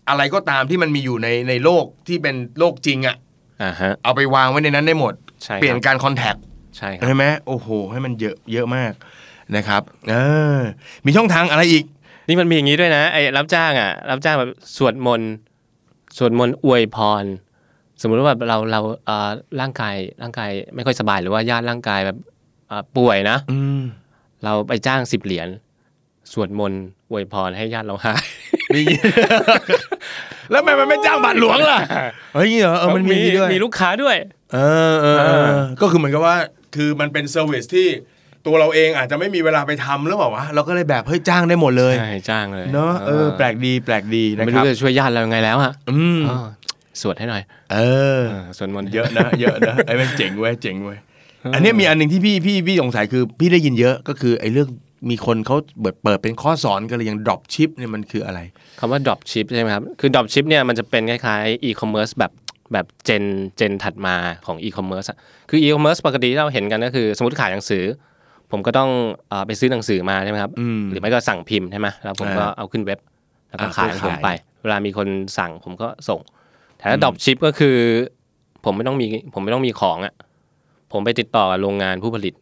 อะไรก็ตามที่มันมีอยู่ในในโลกที่เป็นโลกจริงอะ อ่าฮะ เอาไปวางไว้ในนั้นได้หมด ใช่ครับ เปลี่ยนการคอนแทค ใช่ครับ ใช่ไหมโอ้โห ให้มันเยอะเยอะมากนะครับเออมีช่องทางอะไรอีก นี่มันมีอย่างนี้ด้วยนะไอ้รับจ้างอ่ะ รับจ้างแบบสวดมนต์สวดมนต์อวยพร สมมุติว่าแบบเราเราเอ่อร่างกายร่างกายไม่ค่อยสบายหรือว่าญาติร่างกายแบบเอ่อป่วยนะ อืม เราไปจ้างสิบเหรียญสวดมนต์อวยพรให้ญาติเราหาย มีอย่างงี้ แล้วทำไมมันไม่จ้างบาทหลวงล่ะเฮ้ยอย่างงี้เหรอเออมันมีอย่างงี้ด้วย มีลูกค้าด้วย เออเออเออก็คือเหมือนกับว่าคือมันเป็นเซอร์วิสที่ตัวเราเองอาจจะไม่มีเวลาไปทำหรือเปล่าวะเราก็เลยแบบเฮ้ยจ้างได้หมดเลย ใช่จ้างเลย เนาะเออแปลกดีแปลกดีนะ ไม่ ครั รู้ บ จะช่วยญาติเรายังไงแล้วอะ อืม เออสวดให้หน่อย เออ เออสวดมนต์ เยอะนะ เยอะนะไอ้แม่งเจ๋งเว้ยเจ๋งเว้ยอันเนี้ยมีอันหนึ่งที่พี่พี่พี่สงสัยคือพี่ได้ยินเยอะก็คือไอ้เรื่องมีคนเขาเปิดเปิดเป็นข้อสอนกันเลยอย่างดรอปชิปเนี่ยมันคืออะไร คำว่า drop ship ใช่ไหมครับ คือ drop ship เนี่ยมันจะเป็นคล้ายๆ e-commerce แบบแบบเจนเจนถัดมาของ e-commerce อะคือ e-commerce ปกติที่เราเห็นกันก็คือ สมมติขายหนังสือ ผมก็ต้องเอ่อไปซื้อหนังสือมาใช่ไหมครับ อืม หรือไม่ก็สั่งพิมพ์ใช่ไหมแล้วผมก็ อ่า เอาขึ้นเว็บ แล้วก็ อ่า ขายของผม ขาย ไป เวลามีคนสั่งผมก็ส่ง แต่ถ้า drop ship ก็คือ ผมไม่ต้องมีผมไม่ต้องมีของอะผมไปติดต่อกับโรงงานผู้ผลิต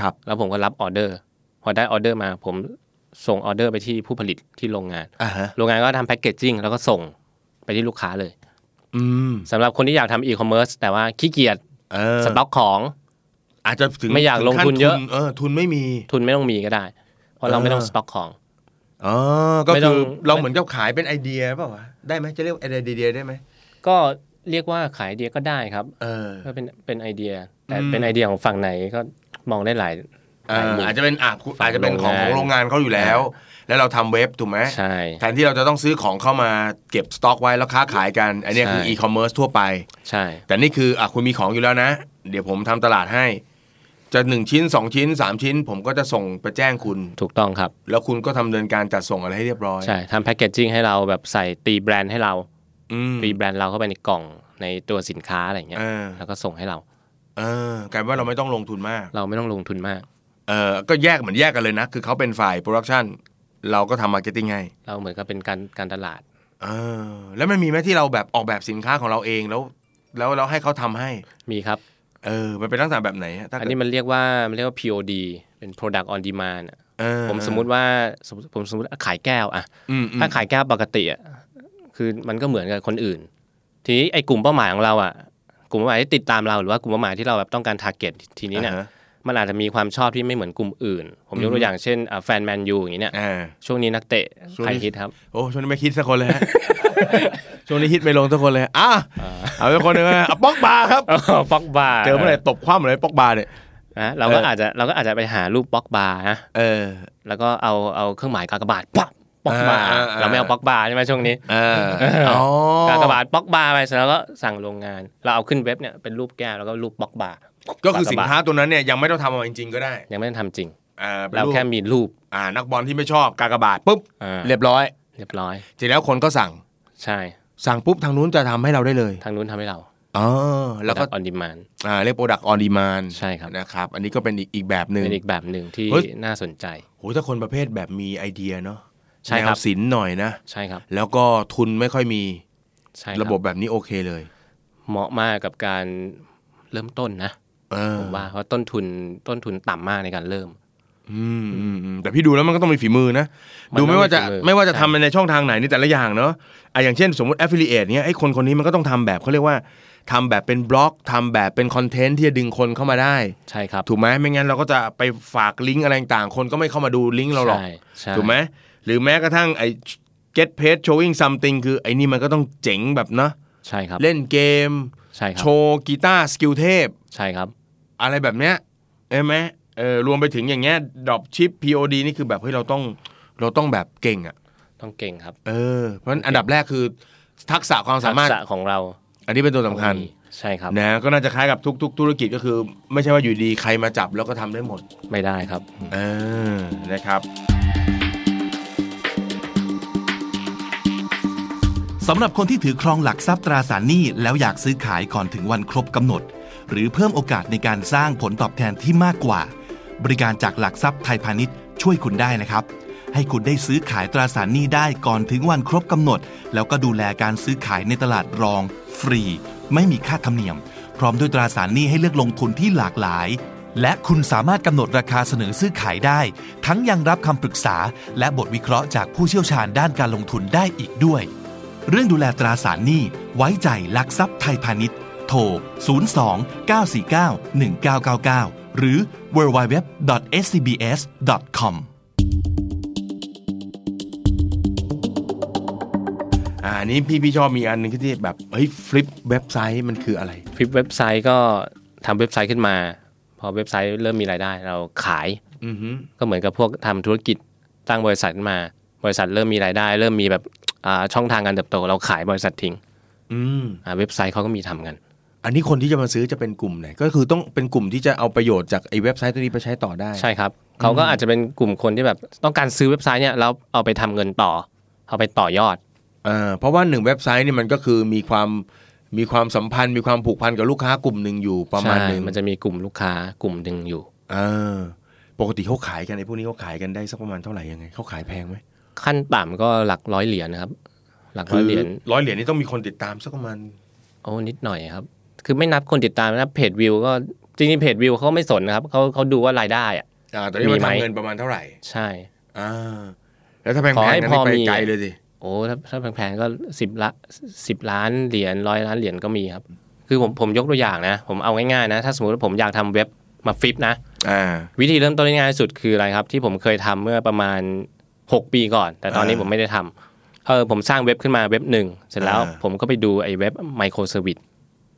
ครับ แล้วผมก็รับออเดอร์ พอได้ออเดอร์มา ผมส่งออเดอร์ไปที่ผู้ผลิตที่โรงงาน อ่าฮะ โรงงานก็ทำแพ็กเกจจิ้งแล้วก็ส่งไปที่ลูกค้าเลย อืม สำหรับคนที่อยากทำอีคอมเมิร์ซแต่ว่าขี้เกียจ เออ สต็อกของ อาจจะถึง ไม่อยาก ถึ ลง ขั้ ทุนเยอะ เออทุนไม่มี ทุนไม่ต้องมีก็ได้ เพราะเรา เออ ไม่ต้องสต็อกของ อ๋อก็ ไม่ต้อ คืองเราเหมือนกับขายเป็นไอเดียเปล่าวะได้ไหมจะเรียกไอเดียได้ไหม ก็เรียกว่าขายไอเดียก็ได้ครับ เออ ก็เป็นเป็นไอเดีย แต่ อืม เป็นไอเดียของฝั่งไหนก็มองได้หลายห เอ่ ลาอยมุม อาจจะเป็นอ่ะ ฝั่ง อาจจะเป็นของของ โรงงาน โรงงานเขาอยู่แล้ว แล้วเราทำเว็บถูกไหม ใช่ แทนที่เราจะต้องซื้อของเข้ามาเก็บสต็อกไว้แล้วค้าขายกัน อันเนี้ยคือ ใช่ อีคอมเมิร์ซทั่วไป ใช่ แต่นี่คืออ่ะคุณมีของอยู่แล้วนะ เดี๋ยวผมทำตลาดให้ จะหนึ่งชิ้นสองชิ้นสามชิ้น ผมก็จะส่งไปแจ้งคุณ ถูกต้องครับ แล้วคุณก็ทำเนินการจัดส่งอะไรให้เรียบร้อย ใช่ทำแพ็กเกจจิ้งให้เราแบบใส่ตีแบรนด์ให้เรา อืม ตีแบรนด์เราเข้าไปในกล่องในตัวสินค้าอะไรอย่างเงี้ย เออ แล้วก็ส่งให้เรา เออกลายเป็นว่าเราไม่ต้องลงทุนมาก เราไม่ต้องลงทุนมาก เออก็แยกเหมือนแยกกันเลยนะ คือเขาเป็นฝ่ายโปรดักชันเราก็ทำมาร์เก็ตติ้งให้ เราเหมือนกับเป็นการการตลาด เออแล้วมันมีไหมที่เราแบบออกแบบสินค้าของเราเองแล้ว แล้วเราให้เขาทำให้ มีครับ เออ มันเป็นลักษณะแบบไหนอะถ้า อัน เกิด นี้มันเรียกว่ามันเรียกว่า POD เป็น Product on Demand อะ เออ ผมสมมุติว่าสมมุติผมสมมติขายแก้วอะ อืมอืม ถ้าขายแก้วปกติอะคือมันก็เหมือนกับคนอื่น ทีนี้ไอ้กลุ่มเป้าหมายของเราอะกลุ่มเป้าหมายที่ติดตามเราหรือว่ากลุ่มเป้าหมายที่เราแบบต้องการ target ทีนี้เนี่ย อ่าฮะ มันอาจจะมีความชอบที่ไม่เหมือนกลุ่มอื่น ผมยกตัวอย่างเช่นอ่ะแฟนแมนยูอย่างนี้เนี่ย อ่า ช่วงนี้นักเตะ ช่วงนี้ ใครฮิต ครับ โอ้ช่วงนี้ไม่คิดสักคนเลย ฮะ ช่วงนี้ฮิตไม่ลงสักคนเลยอ่ะเอาไปคนหนึ่งนะอ่ะป๊อกบาร์ครับ ป๊อกบา เจอเมื่อไหร่ตบคว่ำเลยป๊อกบาร์เนี่ย นะเราก็ เอออ อาจจะเราก็อาจจะไปหารูปป๊อกบานะ เออ แล้วก็เอาเอาเครื่องหมายกากบาทปักปอกบา อ่าอ่าอ่า เราไม่เอาปอกบาใช่ไหมช่วงนี้ เอออ๋อก ากบาทปอกบาไปเสร็จแล้วก็สั่งโรงงาน เราเอาขึ้นเว็บเนี่ยเป็นรูปแก้วแล้วก็รูปปอกบา ก็คือสินค้าก กบ ตัวนั้นเนี่ยยังไม่ต้องทำเอาจริงๆก็ได้ ทยังไม่ได้ทำจริง อ่าเป็น เรา รูป แค่มีรูป อ่านักบอลที่ไม่ชอบกากบาทปุ๊บ อ่า เรียบร้อย เรียบร้อย เสร็จแล้วคนก็สั่ง ใช่ สั่งปุ๊บทางนู้นจะทำให้เราได้เลย ทางนู้นทำให้เรา อ๋อแล้วก็ ออนดิมาน อ่าเรียกโปรดักต์ออนดีมาน ใช่ครับ นะครับอันนี้ก็เป็นอีกอีกแบบหนึ่ง เป็นอีกแบบหนึ่งที่ เฮ้ย น่าสนใจ โหถ้าคนประเภทแบบมีไอเดียเนาะ ใช่ แน ครั ว บ ศิลป์หน่อยนะ ใช่ครับ แล้วก็ทุนไม่ค่อยมี ใช่ค ระบบแบบนี้โอเคเลย เหมาะมากกับการเริ่มต้นนะ เออ ผมว่าเพราะต้นทุนต้นทุนต่ำมากในการเริ่ม อืมอืมอืมแต่พี่ดูแล้วมันก็ต้องมีฝีมือนะ มัน ดู ต้อง ไม่ว่าจะ มีฝีมือ ไม่ว่าจะ ใช่ ทำในช่องทางไหนนี่แต่ละอย่างเนาะอ่ะอย่างเช่นสมมติ affiliate เนี่ยไอ้คนคนนี้มันก็ต้องทำแบบเขาเรียกว่าทำแบบเป็นบล็อกทำแบบเป็นคอนเทนต์ที่จะดึงคนเข้ามาได้ ใช่ครับ ถูกไหมไม่งั้นเราก็จะไปฝากลิงก์อะไรต่างๆคนก็ไม่เข้ามาดูลิงก์เราหรอก ใช่ใช่ ถูกไหมหรือแม้กระทั่งไอ้ get page showing something คือไอ้นี่มันก็ต้องเจ๋งแบบเนาะ ใช่ครับ เล่นเกม ใช่ครั โช บ ว์กีตาร์สกิลเทพ ใช่ครับ อะไรแบบเนี้ยใช่ไหมเออรวมไปถึงอย่างเงี้ยดรอปชิป POD นี่คือแบบเฮ้ยเราต้องเราต้องแบบเก่งอ่ะ ต้องเก่งครับ เออเพราะฉะนั้นอันดับแรกคือทักษะความสามารถ ทักษะของเรา อันนี้เป็นตัวสำคัญ ใช่ครับ นะก็น่าจะคล้ายกับทุก ๆ ธุรกิจก็คือ ไม่ใช่ว่าอยู่ดีใครมาจับแล้วก็ทำได้หมด ไม่ได้ครับ เออนะครับ สำหรับคนที่ถือครองหลักทรัพย์ตราสารหนี้แล้วอยากซื้อขายก่อนถึงวันครบกำหนด หรือเพิ่มโอกาสในการสร้างผลตอบแทนที่มากกว่า บริการจากหลักทรัพย์ไทยพาณิชย์ช่วยคุณได้นะครับ ให้คุณได้ซื้อขายตราสารหนี้ได้ก่อนถึงวันครบกำหนด แล้วก็ดูแลการซื้อขายในตลาดรอง ฟรี ไม่มีค่าธรรมเนียม พร้อมด้วยตราสารหนี้ให้เลือกลงทุนที่หลากหลาย และคุณสามารถกำหนดราคาเสนอซื้อขายได้ ทั้งยังรับคำปรึกษา และบทวิเคราะห์จากผู้เชี่ยวชาญด้านการลงทุนได้อีกด้วย เรื่องดูแลตราสารหนี้ ไว้ใจหลักทรัพย์ไทยพาณิชย์ โทร 02 949 1999 หรือ www.scbs.com อันนี้พี่พี่ชอบมีอันหนึงที่แบบเฮ้ยฟลิปเว็บไซต์มันคืออะไร ฟลิปเว็บไซต์ก็ทำเว็บไซต์ขึ้นมา พอเว็บไซต์เริ่มมีรายได้ เราขาย อือฮึ ก็เหมือนกับพวกทำธุรกิจตั้งบริษัทขึ้นมา บริษัทเริ่มมีรายได้ เริ่มมีแบบอ่าช่องทางการเติบโต เราขายบริษัททิ้ง อืม อ่าเว็บไซต์เขาก็มีทำกัน อันนี้คนที่จะมาซื้อจะเป็นกลุ่มไหนก็คือต้องเป็นกลุ่มที่จะเอาประโยชน์จากไอ้เว็บไซต์ตัวนี้ไปใช้ต่อได้ ใช่ครับเขาก็อาจจะเป็นกลุ่มคนที่แบบต้องการซื้อเว็บไซต์เนี่ยแล้วเอาไปทำเงินต่อ เอาไปต่อยอด เอ่อเพราะว่าหนึ่งเว็บไซต์เนี่ยมันก็คือมีความมีความสัมพันธ์ มีความผูกพันกับลูกค้ากลุ่มหนึ่งอยู่ประมาณหนึ่ง ใช่มันจะมีกลุ่มลูกค้ากลุ่มหนึ่งอยู่ เออปกติเขาขายกันในพวกนี้เขาขายกันได้สักประมาณเท่าไหร่ยังไงเขาขายแพงไหม ขั้นต่ำก็หลักร้อยเหรียญนะครับ หลักร้อยเหรียญ ร้อยเหรียญนี่ต้องมีคนติดตามสักประมาณ โอ้นิดหน่อยครับ คือไม่นับคนติดตามนะเพจวิวก็จริงๆเพจวิวเขาไม่สนนะครับเขาเขาดูว่ารายได้อะ อ่าตอนนี้มัน มีไหม ทำเงินประมาณเท่าไหร่ ใช่ อ่าแล้วถ้าแพง ขอ ๆ ให้ นั้น พอ ไป มี ไกลเลยสิ โอ้ถ้าถ้าแพงๆก็สิบละสิบล้านเหรียญร้อยล้านเหรียญก็มีครับ คือผมผมยกตัวอย่างนะ ผมเอาง่ายๆนะ ถ้าสมมติว่าผมอยากทำเว็บมาฟลิปนะ อ่า วิธีเริ่มต้นที่ง่ายที่สุดคืออะไรครับ ที่ผมเคยทำเมื่อประมาณ 6 ปีก่อน แต่ตอนนี้ อ่า ผมไม่ได้ทำเออผมสร้างเว็บขึ้นมาเว็บหนึ่งเสร็จแล้ว อ่า ผมก็ไปดูไอ้เว็บไมโครเซอร์วิส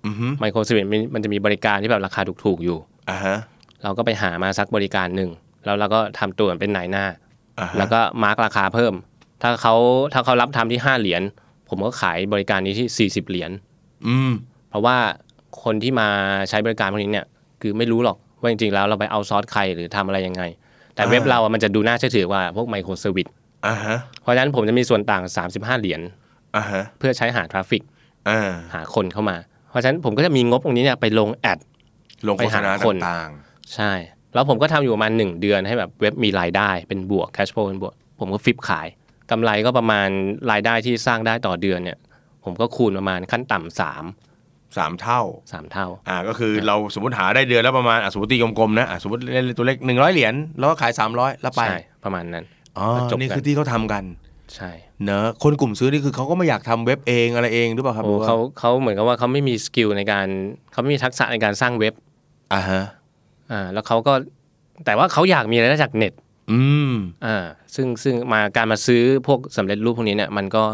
อือฮึ ไมโครเซอร์วิสมันจะมีบริการที่แบบราคาถูกๆอยู่ อ่าฮะ เราก็ไปหามาสักบริการหนึ่งแล้วเราก็ทำตัวเหมือนเป็นนายหน้า อ่าฮะ แล้วก็มาร์กราคาเพิ่ม ถ้าเขาถ้าเขารับทำที่ 5 เหรียญผมก็ขายบริการนี้ที่ 40 เหรียญ อืม เพราะว่าคนที่มาใช้บริการพวกนี้เนี่ยคือไม่รู้หรอกว่าจริงๆแล้วเราไปเอาซอสใครหรือทำอะไรยังไง แต่เว็บเราอะมันจะดูน่าเชื่อถือกว่าพวกไมโครเซอร์วิส อ่าฮะ เพราะฉะนั้นผมจะมีส่วนต่าง 35 เหรียญ อ่าฮะ เพื่อใช้หาทราฟิก อ่า หาคนเข้ามา เพราะฉะนั้นผมก็จะมีงบตรงนี้เนี่ยไปลงแอด ลงโฆษณา ไปหา ต คน ่าง ใช่ แล้วผมก็ทำอยู่ประมาณ 1 เดือนให้แบบเว็บมีรายได้เป็นบวกแคชโฟเป็นบวก ผมก็ฟิปขายกำไรก็ประมาณรายได้ที่สร้างได้ต่อเดือนเนี่ย ผมก็คูณประมาณขั้นต่ำสาม ๆสามเท่า สามเท่า อ่าก็คือเราสมมติหาได้เดือนแล้วประมาณอ่ะสมมติตีกลมๆนะอ่ะสมมติเล่นตัวเล็กหนึ่งร้อยเหรียญแล้วก็ขายสามร้อยแล้วไป ใช่ ประมาณนั้น อ๋อ ก็จบกัน นี่คือที่เขาทำกัน ใช่ เนอะคนกลุ่มซื้อนี่คือเขาก็ไม่อยากทำเว็บเองอะไรเองหรือเปล่าครับหโอ้รือว่ เขาเขาเหมือนกับว่าเขาไม่มีสกิลในการเขาไม่มีทักษะในการสร้างเว็บ อ่าฮะ อ่าแล้วเขาก็แต่ว่าเขาอยากมีรายได้จากเน็ต อืม อ่าซึ่งซึ่งมาการมาซื้อพวกสำเร็จรูปพวกนี้เนี่ยมันก็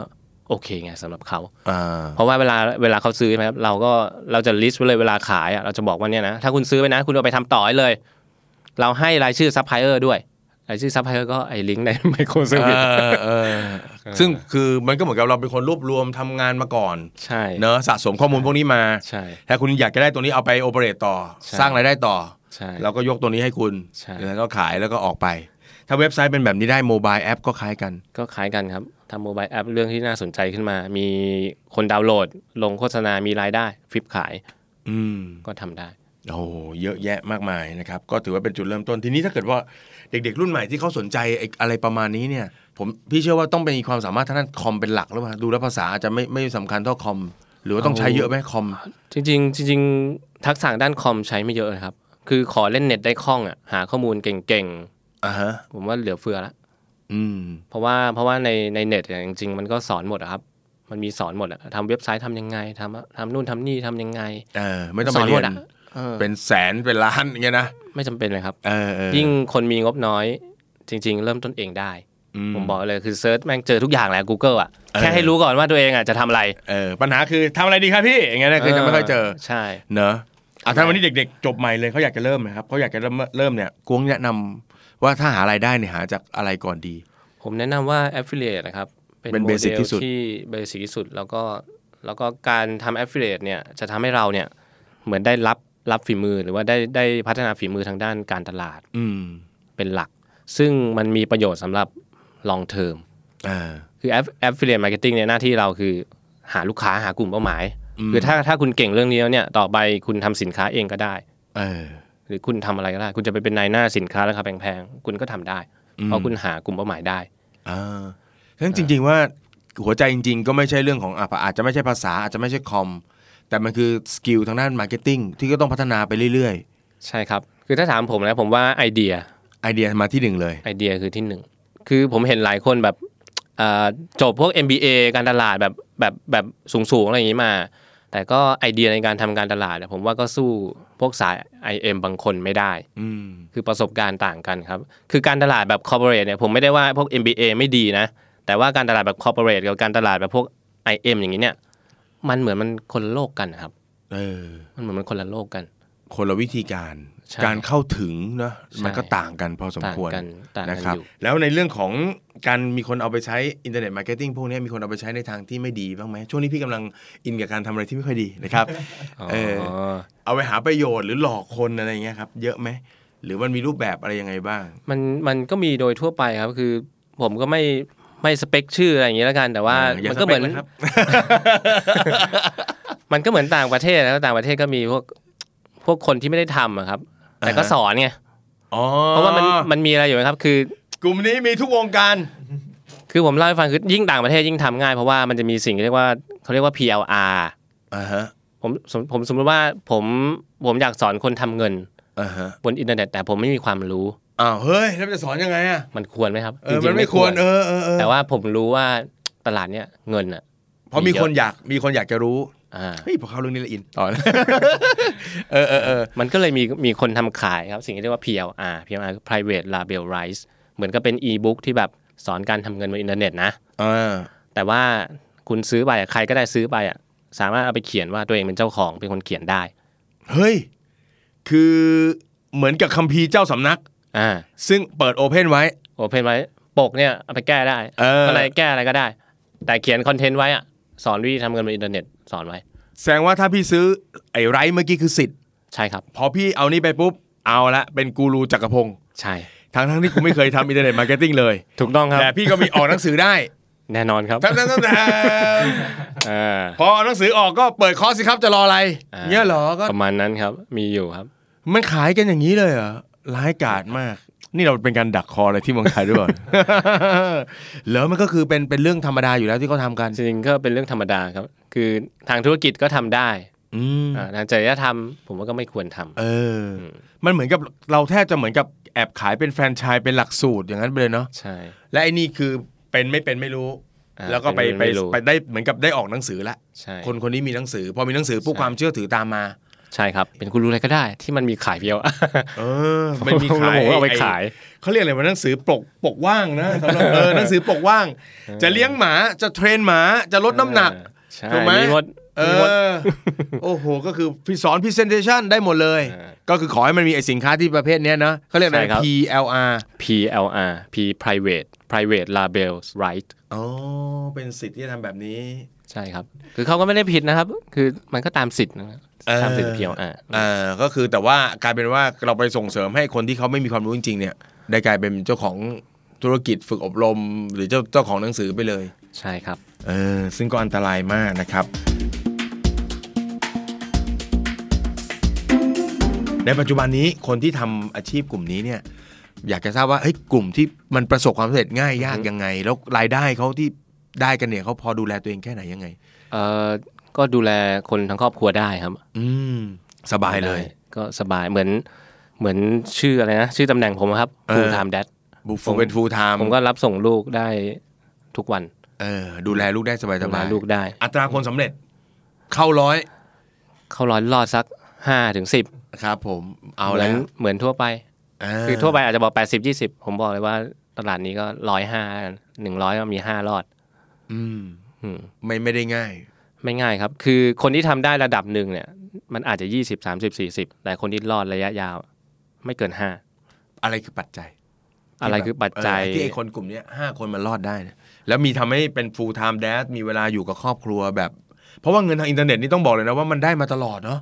โอเคไงสำหรับเขา อ่า เพราะว่าเวลาเวลาเขาซื้อใช่ไหมครับเราก็เราจะ list ไว้เลยเวลาขายอ่ะเราจะบอกว่าเนี่ยนะถ้าคุณซื้อไปนะ คุณเอาไปทำต่อให้เลย เราให้รายชื่อซัพพลายเออร์ด้วยรายชื่อซัพพลายเออร์ก็ไอ้ลิ งก์ในไมโครเซอร์วิส เออเออซึ่งคือมันก็เหมือนกับเราเป็นคนรวบรวมทำงานมาก่อน ใช่ เนอะสะสมข้อมูลพวกนี้มา ใช่ ถ้าคุณอยากจะได้ตัวนี้เอาไปโอเปเรตต่อ ใช่ สร้างรายได้ต่อ ใช่ เราก็ยกตัวนี้ให้คุณ ใช่ แล้วก็ขายแล้วก็ออกไป ถ้าเว็บไซต์เป็นแบบนี้ได้โมบายแอปก็คล้ายกัน ก็คล้ายกันครับทำโมบายแอปเรื่องที่น่าสนใจขึ้นมา มีคนดาวน์โหลด ลงโฆษณามีรายได้ฟลิปขาย อืม ก็ทำได้ โอ้โหเยอะแยะมากมายนะครับ ก็ถือว่าเป็นจุดเริ่มต้นทีนี้ถ้าเกิดว่าเด็กๆ รุ่นใหม่ที่เขาสนใจไอ้อะไรประมาณนี้เนี่ย ผมพี่เชื่อว่าต้องเป็นความสามารถทางด้านคอมเป็นหลักหรือเปล่าดูแล้วภาษาอาจจะไม่ไม่สำคัญเท่าคอม หรือว่าต้องใช้เยอะไหมคอม จริงๆจริงๆทักษะด้านคอมใช้ไม่เยอะนะครับ คือขอเล่นเน็ตได้คล่องอ่ะหาข้อมูลเก่ง อ่าฮะ ๆ ผมว่าเหลือเฟือละ อืม เพราะว่าเพราะว่าในในเน็ตเนี่ยจริงๆ มันก็สอนหมดอะครับ มันมีสอนหมดอะทำเว็บไซต์ทำยังไงทำทำนู่นทำนี่ทำยังไง เออ ไม่ต้อง ส ไป อน เรี หม ย ด น อะเออ เป็นแสนเป็นล้านอย่างเงี้ยนะ ไม่จำเป็นเลยครับ เออเออ ยิ่งคนมีงบน้อย จริง ๆ เริ่มต้นเองได้ อื ผมบอกเลยคือเซิร์ชแม่งเจอทุกอย่างแหละ Google อะแค่ให้รู้ก่อนว่าตัวเองอะจะทำอะไร เออปัญหาคือทำอะไรดีครับพี่อย่างเงี้ยนะคือจะไม่ค่อยเจอ ใช่ เนอะอ่ะถ้าวันนี้เด็กๆ จบใหม่เลยเขาอยากจะเริ่มนะครับเขาอยากจะเริ่มเริ่มเนี่ยกวงแนะนำว่าถ้าหารายได้เนี่ยหาจากอะไรก่อนดี ผมแนะนำว่า affiliate นะครับ เป็น basic โมดล ที่สุด ที่เบสิกที่สุดแล้วก็แล้วก็การทำ affiliate เนี่ยจะทำให้เราเนี่ยเหมือนได้รับรับฝีมือหรือว่าได้ได้พัฒนาฝีมือทางด้านการตลาด อืม เป็นหลัก ซึ่งมันมีประโยชน์สำหรับ long term อ่า คือ Aff- affiliate marketing เนี่ยหน้าที่เราคือหาลูกค้าหากลุ่มเป้าหมาย คือถ้าถ้าคุณเก่งเรื่องนี้แล้วเนี่ยต่อไปคุณทำสินค้าเองก็ได้ เออ หรือคุณทำอะไรก็ได้ คุณจะไปเป็นนายหน้าสินค้าราคาแพงๆ คุณก็ทำได้ เพราะคุณหากลุ่มเป้าหมายได้ อ่าฉะนั้นจริง ๆว่าหัวใจจริง ๆ ก็ไม่ใช่เรื่องของอ่ะอาจจะไม่ใช่ภาษาอาจจะไม่ใช่คอม แต่มันคือสกิลทางด้านมาร์เก็ตติ้งที่ก็ต้องพัฒนาไปเรื่อย ใช่ครับ คือถ้าถามผมนะผมว่าไอเดีย ๆ ไอเดียมาที่หนึ่งเลย ไอเดียคือที่หนึ่ง คือผมเห็นหลายคนแบบเอ่อจบพวก MBA การตลาดแบบแบบแบบสูงๆอะไรอย่างนี้มา แต่ก็ไอเดียในการทำการตลาดเนี่ยผมว่าก็สู้พวกสาย IM บางคนไม่ได้ อืม คือประสบการณ์ต่างกันครับ คือการตลาดแบบ corporate เนี่ยผมไม่ได้ว่าพวก MBA ไม่ดีนะ แต่ว่าการตลาดแบบ corporate กับการตลาดแบบพวก IM อย่างนี้เนี่ย มันเหมือนมันคนละโลกกันนะครับ เออ มันเหมือนมันคนละโลกกัน คนละวิธีการ ใช่ การเข้าถึงเนอะ ใช่ มันก็ต่างกันพอสมควร ต่างกันต่างกัน นะครับ อยู่ แล้วในเรื่องของการมีคนเอาไปใช้อินเทอร์เน็ตมาร์เก็ตติ้งพวกเนี้ยมีคนเอาไปใช้ในทางที่ไม่ดีบ้างไหมช่วงนี้พี่กำลังอินกับการทำอะไรที่ไม่ค่อยดีนะครับ เออ เอาไปหาประโยชน์หรือหลอกคนอะไรอย่างเงี้ยครับ เยอะไหมหรือมันมีรูปแบบอะไรยังไงบ้าง มันมันก็มีโดยทั่วไปครับคือผมก็ไม่ไม่สเปคชื่ออะไรอย่างนี้แล้วกัน แต่ว่า อ่าอย่า มัก็เหมือน สเปคเลยครับ มันก็เหมือนต่างประเทศนะต่างประเทศก็มีพวกพวกคนที่ไม่ได้ทำอะครับ แต่ก็สอนไง อ๋อ เพราะว่ามันมันมีอะไรอยู่นะครับ คือก ลุ่มนี้มีทุกวงการ คือผมเล่าให้ฟังคือยิ่งต่างประเทศยิ่งทำง่ายเพราะว่ามันจะมีสิ่งที่เรียกว่าเขาเรียกว่า PLR อ่าฮะ ผมสมผมสมมติว่าผมผมอยากสอนคนทำเงิน อ่าฮะ บนอินเทอร์เน็ตแต่ผมไม่มีความรู้ อ้าว เฮ้ย แล้วจะสอนยังไงอ่ะ มันควรไหมครับ เออ จงๆ มันไม่ควร เออเออเออ แต่ว่าผมรู้ว่าตลาดเนี้ยเงินอ่ะ เพราะมีคนอยาก มีคนอยากจะรู้ อ่า เฮ้ย พอเข้าเรื่องนี้ละอิน ต่อเลย เออเออเออ มันก็เลยมีมีคนทำขายครับ สิ่งที่เรียกว่า PLR PLR คือ private label rights เหมือนกับเป็น e-book ที่แบบสอนการทำเงินบนอินเทอร์เน็ตนะ อ่า แต่ว่าคุณซื้อไปอะใครก็ได้ซื้อไปอ่ะสามารถเอาไปเขียนว่าตัวเองเป็นเจ้าของเป็นคนเขียนได้ เฮ้ย คือเหมือนกับคัมภีร์เจ้าสำนัก อ่า ซึ่งเปิดโอเพนไว้ โอเพนไว้ปกเนี่ยเอาไปแก้ได้ เออ ไรแก้อะไรก็ได้ แต่เขียนคอนเทนต์ไว้อ่ะสอนวิธีทำเงินบนอินเทอร์เน็ตสอนไว้ แสดงว่าถ้าพี่ซื้อไอ้ไรท์เมื่อกี้คือสิทธิ์ ใช่ครับ พอพี่เอานี่ไปปุ๊บ เอาละ เป็นกูรูจักรพงศ์ ใช่ ทั้งทั้งๆที่กูไม่เคยทำอินเทอร์เน็ตมาร์เก็ตติ้งเลย ถูกต้องครับ แต่พี่ก็มีออกหนังสือได้ แน่นอนครับ ทั้งทั้งทั้ง อ่า พอเอาหนังสือออกก็เปิดคอร์สสิครับจะรออะไร อ่า เนี่ยเหรอก็ ประมาณนั้นครับมีอยู่ครับ มันขายกันอย่างนี้เลยเหรอร้ายกาจมาก นี่เราเป็นการดักคออะไรที่เมืองไทยด้วยเปล่า แล้วมันก็คือเป็นเป็นเรื่องธรรมดาอยู่แล้วที่เขาทำกัน จริงๆก็เป็นเรื่องธรรมดาครับ คือทางธุรกิจก็ทำได้ อืม อ่าทางจริยธรรม ผมว่าก็ไม่ควรทำ เอออ มันเหมือนกับเราแทบจะเหมือนกับแอบขายเป็นแฟรนไชส์เป็นหลักสูตรอย่างนั้นไปเลยเนาะ ใช่ และไอ้นี่คือเป็นไม่เป็นไม่รู้ อ่า แล้วก็ไป เป็น ไป ไม่รู้ ไปได้เหมือนกับได้ออกหนังสือละ ใช่ คนคนนี้มีหนังสือ พอมีหนังสือปุ๊บความเชื่อถือตามมา ใช่ครับ เป็นคุณรู้อะไรก็ได้ ที่มันมีขายเพียว เออมันมีขาย ผมเอาไปขาย เขาเรียกอะไรว่าหนังสือปกปกว่างนะสำ หรับเออหนังสือปกว่าง จะเลี้ยงหมาจะเทรนหมาจะลดน้ำหนัก ใช่ ถูกไหม มีหมด เอ มีหมด อโอ้โห ก็คือพี่สอนพรีเซนเทชันได้หมดเลย เออ ก็คือขอให้มันมีไอสินค้าที่ประเภทเนี้ยนะเขาเรียกอะไร ใช่ครับ PLR PLR P private private label right อ๋อเป็นสิทธิ์ที่จะทำแบบนี้ ใช่ครับ คือเขาก็ไม่ได้ผิดนะครับ คือมันก็ตามสิทธิ์นะครับ เออ ตามสิทธิ์ PLR อ่าก็คือแต่ว่ากลายเป็นว่าเราไปส่งเสริมให้คนที่เขาไม่มีความรู้จริงๆเนี่ย ได้กลายเป็นเจ้าของธุรกิจฝึกอบรม หรือเจ้าเจ้าของหนังสือไปเลย ใช่ครับ เออซึ่งก็อันตรายมากนะครับ ในปัจจุบันนี้คนที่ทำอาชีพกลุ่มนี้เนี่ย อยากจะทราบว่าเฮ้ยกลุ่มที่มันประสบความสำเร็จง่ายยากยังไง แล้วรายได้เขาที่ได้กันเนี่ยเขาพอดูแลตัวเองแค่ไหนยังไง เออก็ดูแลคนทั้งครอบครัวได้ครับ อืม สบายเลย ก็สบายเหมือนเหมือนชื่ออะไรนะ ชื่อตำแหน่งผมอะครับ เออ full time dad บุฟเป็นฟูลไทม์ ผมก็รับส่งลูกได้ทุกวัน เออดูแลลูกได้สบายส ดูแล บาย ลูกได้ อัตราคนสำเร็จ เข้าร้อย เข้าร้อยรอดสักห้าถึงสิบ ครับ ผมเอา เหมื แล้ น ว เหมือนทั่วไป เ คือทั่วไปอาจจะบอกแปดสิบยี่สิบผมบอกเลยว่าตลาดนี้ก็ร้อยห้าหนึ่งร้อยมีห้ารอด อืม อืม ไม่ไม่ได้ง่าย ไม่ง่ายครับ คือคนที่ทำได้ระดับหนึ่งเนี่ย มันอาจจะยี่สิบสามสิบสี่สิบแต่คนที่รอดระยะยาว ไม่เกินห้า อะไรคือปัจจัย อะไรคือปัจจัย เออที่ไอ้คนกลุ่มเนี้ยห้าคนมันรอดได้นะแล้วมีทำให้เป็น full time dad มีเวลาอยู่กับครอบครัวแบบ เพราะว่าเงินทางอินเทอร์เน็ตนี่ต้องบอกเลยนะว่ามันได้มาตลอดเนาะ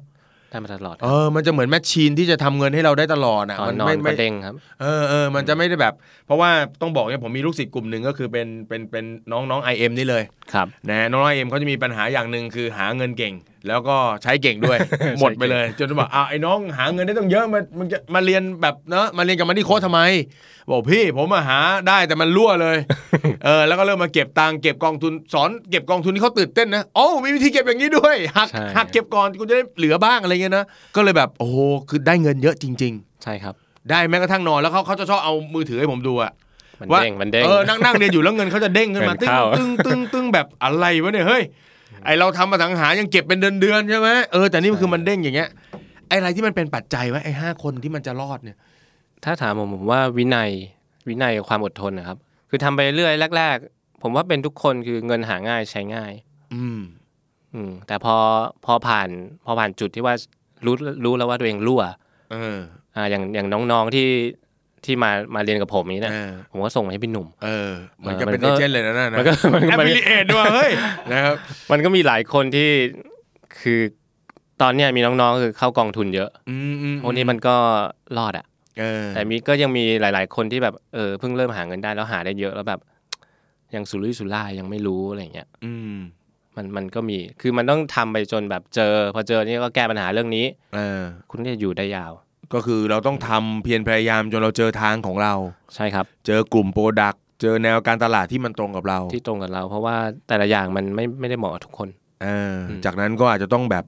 ได้มาตลอด เออมันจะเหมือนแมชชีนที่จะทำเงินให้เราได้ตลอดอ่ะ ตอ มัน นนอ ไม่ นก็ ไม่ เด้งครับ เออเออมันจะไม่ได้แบบ เพราะว่าต้องบอกเนี่ยผมมีลูกศิษย์กลุ่มหนึ่งก็คือเป็นเป็นเป็นน้องน้องไอเอ็มนี่เลย ครับ นะน้องไอเอ็มเขาจะมีปัญหาอย่างหนึ่งคือหาเงินเก่ง แล้วก็ ใช้เก่งด้วย หมดไปเลย จนบอกอ้าวไอ้น้องหาเงินได้ต้องเยอะมันมันจะมาเรียนแบบเนอะมาเรียนกับมันที่โค้ชทำไม บอกพี่ผมมาหาได้แต่มันรั่ว เลย เออแล้วก็เริ่มมาเก็บตังค์เก็บกองทุนสอนเก็บกองทุนที่เขาตื่นเต้นนะโอ้ามีวิธีเก็บอย่างนี้ด้วยหัก ใช่ หักเก็บก่อนคุณจะได้เหลือบ้างอะไรเงี้ยนะก็เลยแบบโอ้โหคือได้เงินเยอะจริง ใช่ครับ ๆ ได้แม้กระทั่งนอนแล้วเขาเขาจะชอบเอามือถือให้ผมดูอะ มัน ว่า เด้งมันเด้ง เออนั่งนั่งเรียนอยู่แล้วเงินเขาจะเด้งขึ้นมา เงิน ตึ้ง เข้า ตึ้งตึ้งตึ้งแบบอะไรวะเนี่ยเฮ้ยไอเราทำมาสังหายังเก็บเป็นเดือนเดือนๆใช่ไหมเออแต่นี่มันคือมันเด้งอย่างเงี้ยไออะไรที่มันเป็นปัจจัยวะไอห้าคนที่มันจะรอดเนี่ย ถ้าถามผมผมว่าวินัยวินัยกับความอดทนนะครับ คือทำไปเรื่อยแรก ๆ ผมว่าเป็นทุกคนคือเงินหาง่ายใช้ง่าย อืม อืมแต่พอพอผ่านพอผ่านจุดที่ว่ารู้รู้แล้วว่าตัวเองรั่ว เออ อ่าอย่างอย่างน้องๆที่ที่มามาเรียนกับผมนี้นะ เออ ผมก็ส่งมาให้พี่หนุ่ม เออเหมือนกับ เออ เป็น มั เอน ก็ เจนต์เลยนะนั่นนะ มันก็ มันก็ แอปพลิเอทด้วยเฮ้ย นะครับ มันก็มีหลายคนที่คือตอนเนี้ยมีน้องๆคือเข้ากองทุนเยอะ อืมอืม พวกนี้มันก็รอดอ่ะ เออ แต่มีก็ยังมีหลาย ๆ คนที่แบบเออเพิ่งเริ่มหาเงินได้แล้วหาได้เยอะแล้วแบบ ยังสุรุ่ยสุร่ายยังไม่รู้อะไรอย่างเงี้ย อืม มันมันก็มีคือมันต้องทำไปจนแบบเจอ พอเจอนี่ก็แก้ปัญหาเรื่องนี้ เออ คุณก็จะอยู่ได้ยาว ก็คือเราต้องทำเพียรพยายามจนเราเจอทางของเรา ใช่ครับ เจอกลุ่มโปรดักเจอแนวการตลาดที่มันตรงกับเรา ที่ตรงกับเรา เพราะว่าแต่ละอย่างมันไม่ไม่ได้เหมาะกับทุกคน เอออ ม จากนั้นก็อาจจะต้องแบบ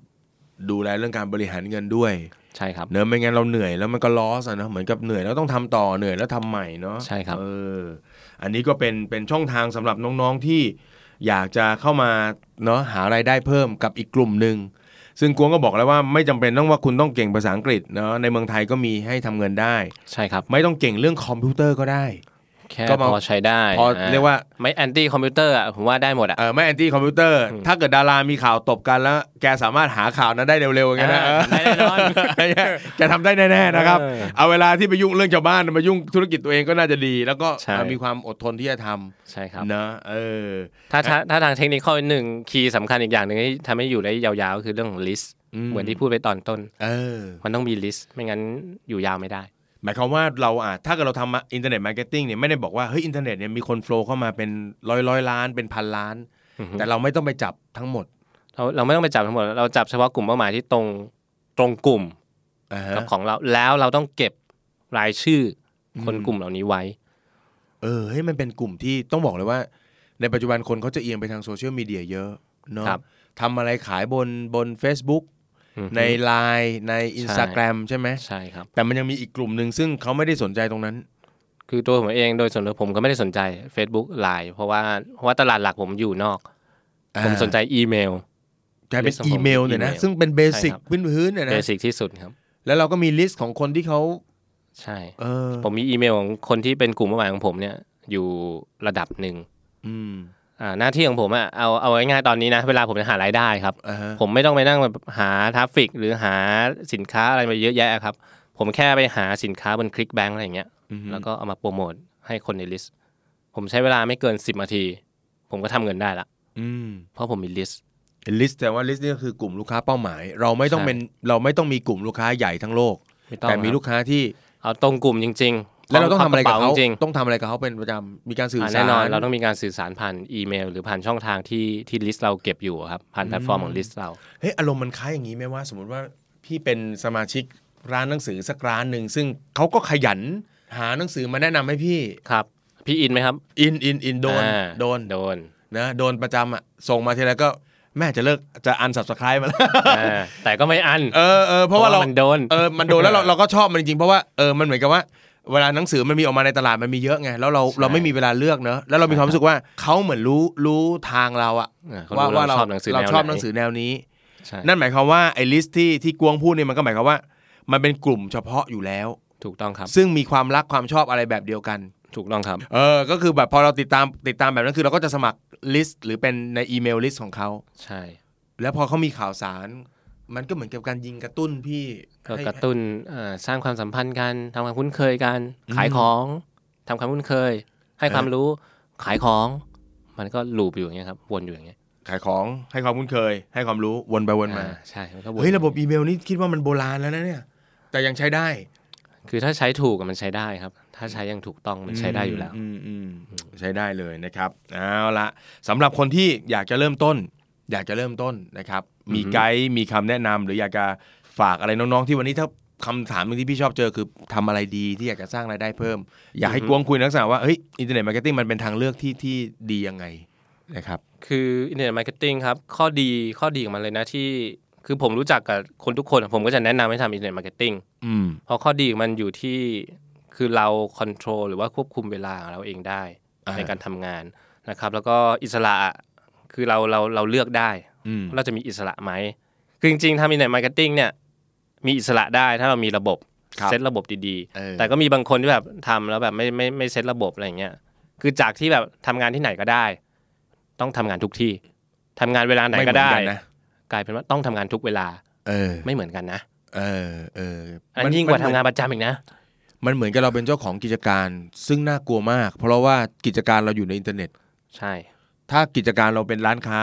ดูแลเรื่องการบริหารเงินด้วย ใช่ครับ เนอะไม่งั้นเราเหนื่อยแล้วมันก็ลอสอะเนอะเหมือนกับเหนื่อยแล้วต้องทำต่อเหนื่อยแล้วทำใหม่เนาะ ใช่ครับ เออ อันนี้ก็เป็นเป็นช่องทางสำหรับน้องๆที่อยากจะเข้ามาเนาะหารายได้เพิ่มกับอีกกลุ่มหนึ่งซึ่งกวงก็บอกแล้วว่าไม่จำเป็นต้องว่าคุณต้องเก่งภาษาอังกฤษเนาะในเมืองไทยก็มีให้ทำเงินได้ ใช่ครับ ไม่ต้องเก่งเรื่องคอมพิวเตอร์ก็ได้ แค่ ก็มา พอใช้ได้ พอ อ่ เรียกว่า ไม่แอนตี้คอมพิวเตอร์อ่ะผมว่าได้หมดอ่ะ เออไม่แอนตี้คอมพิวเตอร์ถ้าเกิดดารามีข่าวตบกันแล้ว แกสามารถหาข่าวนั้นได้เร็วๆอย่างเงี้ยนะ อ่าได้แน่นอน แกทำได้แน่ๆนะครับ เออ เอาเวลาที่ไปยุ่งเรื่องชาวบ้านมายุ่งธุรกิจตัวเองก็น่าจะดี แล้วก็ ใช่ มีความอดทนที่จะท ใช่ครับ ำนะเออ ถ้าถ้าถ้าทางเทคนิคข้อหนึ่งคีย์สำคัญอีกอย่างหนึ่งที่ทำให้อยู่ได้ยาวๆก็คือเรื่องของลิสต์เหมือนที่พูดไปตอนต้น เออ มันต้องมีลิสต์ไม่งั้นอยู่ยาวไม่ได้ หมายความว่าเราอาจถ้าเกิดเราทำอินเทอร์เน็ตมาร์เก็ตติ้งเนี่ยไม่ได้บอกว่าเฮ้ยอินเทอร์เน็ตเนี่ยมีคนโฟลเข้ามาเป็นร้อยร้อยๆล้านเป็นพันล้าน อือฮึ แต่เราไม่ต้องไปจับทั้งหมด เราเราไม่ต้องไปจับทั้งหมด เราจับเฉพาะกลุ่มเป้าหมายที่ตรงตรงกลุ่ม อ่าฮะ กับของเราแล้วเราต้องเก็บรายชื่ออคนกลุ่มเหล่านี้ไว้ เออเฮ้ยมันเป็นกลุ่มที่ต้องบอกเลยว่า ในปัจจุบันคนเขาจะเอียงไปทางโซเชียลมีเดียเยอะเนาะ ครับ ทำอะไรขายบนบน Facebook อือฮึ ใน Line ใน Instagram ใช่ไหม ใช่ครับ แต่มันยังมีอีกกลุ่มหนึ่งซึ่งเขาไม่ได้สนใจตรงนั้น คือตัวผมเองโดยส่วนตัวผมก็ไม่ได้สนใจ Facebook ไลน์เพราะว่าเพราะว่าตลาดหลักผมอยู่นอก ผมสนใจอีเมล กลายเป็น list ของผม อีเมลเนี่ยนะ email ซึ่งเป็นเบสิก ใช่ครับ พื้นพื้นๆเนี่ย เบ นะ สิกที่สุดครับ แล้วเราก็มีลิสต์ของคนที่เขา ใช่ เออ ผมมีอีเมลของคนที่เป็นกลุ่มเป้าหมายของผมเนี่ยอยู่ระดับหนึ่ง อืม อ่าหน้าที่ของผมอะเอาเอาง่ายๆตอนนี้นะ เวลาผมจะหารายได้ครับ อ่าฮะ ผมไม่ต้องไปนั่งแบบหาทราฟฟิกหรือหาสินค้าอะไรมาเยอะแยะครับ ผมแค่ไปหาสินค้าบนคลิกแบงอะไรอย่างเงี้ย อือฮึ แล้วก็เอามาโปรโมทให้คนในลิสต์ผมใช้เวลาไม่เกิน 10นาที ผมก็ทำเงินได้ละ อืม เพราะผมมีลิสต์ ลิสต์แต่ว่าลิสต์นี่ก็คือกลุ่มลูกค้าเป้าหมาย เราไม่ต้อง ใช่ เป็นเราไม่ต้องมีกลุ่มลูกค้าใหญ่ทั้งโลก ไอง แต่มี ครับ ลูกค้าที่ เอาตรงกลุ่มจริงๆ แล้วเราต้องทำอะไรกับเขา จริง ต้องทำอะไรกับเขาเป็นประจำมีการสื่อ อ่า สาร แน่นอนเราต้องมีการสื่อสารผ่านอีเมล หรือผ่านช่องทางที่ที่ลิสต์เราเก็บอยู่ครับ ผ่านแพลตฟอร์มของลิสต์เรา เฮ้ยอารมณ์มันคล้ายอย่างนี้ไหมว่า สมมติว่าพี่เป็นสมาชิกร้านหนังสือสักร้านหนึ่งซึ่งเขาก็ขยันหาหนังสือมาแนะนำให้พี่ ครับ พี่อินไหมครับ อินอินอินโดน อ่า โดน โดน นะโดนประจำอ่ะ ส่งมาทีไรก็แม่จะเลิกจะอันสับสครายมาแล้ว อ่าแต่ก็ไม่อัน เออเออเพราะว่าเรา เพราะว่ามันโดน เออมันโด นแล้วเราเราก็ชอบมันจริงๆเพราะว่าเออมันเหมือนกับว่า เวลาหนังสือมันมีออกมาในตลาดมันมีเยอะไงแล้วเราเราไม่มีเวลาเลือกเนอะแล้วเรามีความ รู้สึกว่าเขาเหมือนรู้รู้ทางเราอะ เออเขารู้ ว่าว่าเรา เราชอบหนังสือ เรา แนว ชอบ ไหน หนังสือแนวนี้ ใช่ นั่นหมายความว่าไอ้ลิสต์ที่ที่กวงพูดเนี่ยมันก็หมายความว่า มันเป็นกลุ่มเฉพาะอยู่แล้ว ถูกต้องครับ ซึ่งมีความรักความชอบอะไรแบบเดียวกัน ถูกต้องครับ เออก็คือแบบพอเราติดตามติดตามแบบนั้นคือเราก็จะสมัครลิสต์หรือเป็นในอีเมลลิสต์ของเขา ใช่ แล้วพอเขามีข่าวสาร มันก็เหมือนกับการยิงกระตุ้นพี่ ก็ ให้ กระตุ้นเอ่อสร้างความสัมพันธ์กันทำความคุ้นเคยกัน ขายของทำความคุ้นเคย ให้ความรู้ขายของ มันก็ลูปอยู่อย่างเงี้ยครับวนอยู่อย่างเงี้ย ขายของให้ความคุ้นเคย ให้ความรู้วนไปวนมา อ่าใช่มันก็วน เฮ้ยระบบอีเมลนี่คิดว่ามันโบราณแล้วนะเนี่ย แต่ยังใช้ได้ คือถ้าใช้ถูกอะมันใช้ได้ครับ ถ้าใช้อยังถูกต้องมันใช้ได้อยู่แล้ว มอืมอืมใช้ได้เลยนะครับเอาละสำหรับคนที่อยากจะเริ่มต้น อยากจะเริ่มต้นนะครับ มีไกด์มีคำแนะนำหรืออยากจะฝากอะไรน้องๆ ที่วันนี้ถ้าคำถามหนึงที่พี่ชอบเจอคือทำอะไรดีที่อยากจะสร้างรายได้เพิ่ม อยากให้กวงคุยในลักษณะว่าเฮ้ยอินเทอร์เน็ตมาร์เก็ตติ้งมันเป็นทางเลือกที่ที่ดียังไงนะครับ คืออินเทอร์เน็ตมาร์เก็ตติ้งครับข้อดีข้อดีของมันเลยนะที่คือผมรู้จักกับคนทุกคนผมก็จะแนะนำให้ทำอินเทอร์เน็ตมาร์เก็ตติ้ง อืม เพราะข้อดีของมันอยู่ที่คือเราค o n t r o l หรือว่าควบคุมเวลาของเราเองได้ อ่า ในการทำงานนะครับ แล้วก็อิสระอะคือเราเราเราเลือกได้ อืม ว่าเราจะมีอิสระไหมคือจริงๆทำอินเทอร์เน็ตมาร์เก็ตติ้งเนี่ยมีอิสระได้ถ้าเรามีระบบ ครับ เซตระบบดี เออ ๆ แต่ก็มีบางคนที่แบบทำแล้วแบบไม่ไม่ไม่เซตระบบอะไรอย่างเงี้ยคือจากที่แบบทำงานที่ไหนก็ได้ ต้องทำงานทุกที่ ทำงานเวลาไหน ม่เมื ก็ อ ได้ กันะ กลายเป็นว่าต้องทำงานทุกเวลา เออ ไม่เหมือนกันนะ เออเออ อันยิ่งกว่าทำงานประจำอีกนะ มันเหมือนกับเราเป็นเจ้าของกิจการ ซึ่งน่ากลัวมาก เพราะว่ากิจการเราอยู่ในอินเทอร์เน็ต ใช่ ถ้ากิจการเราเป็นร้านค้า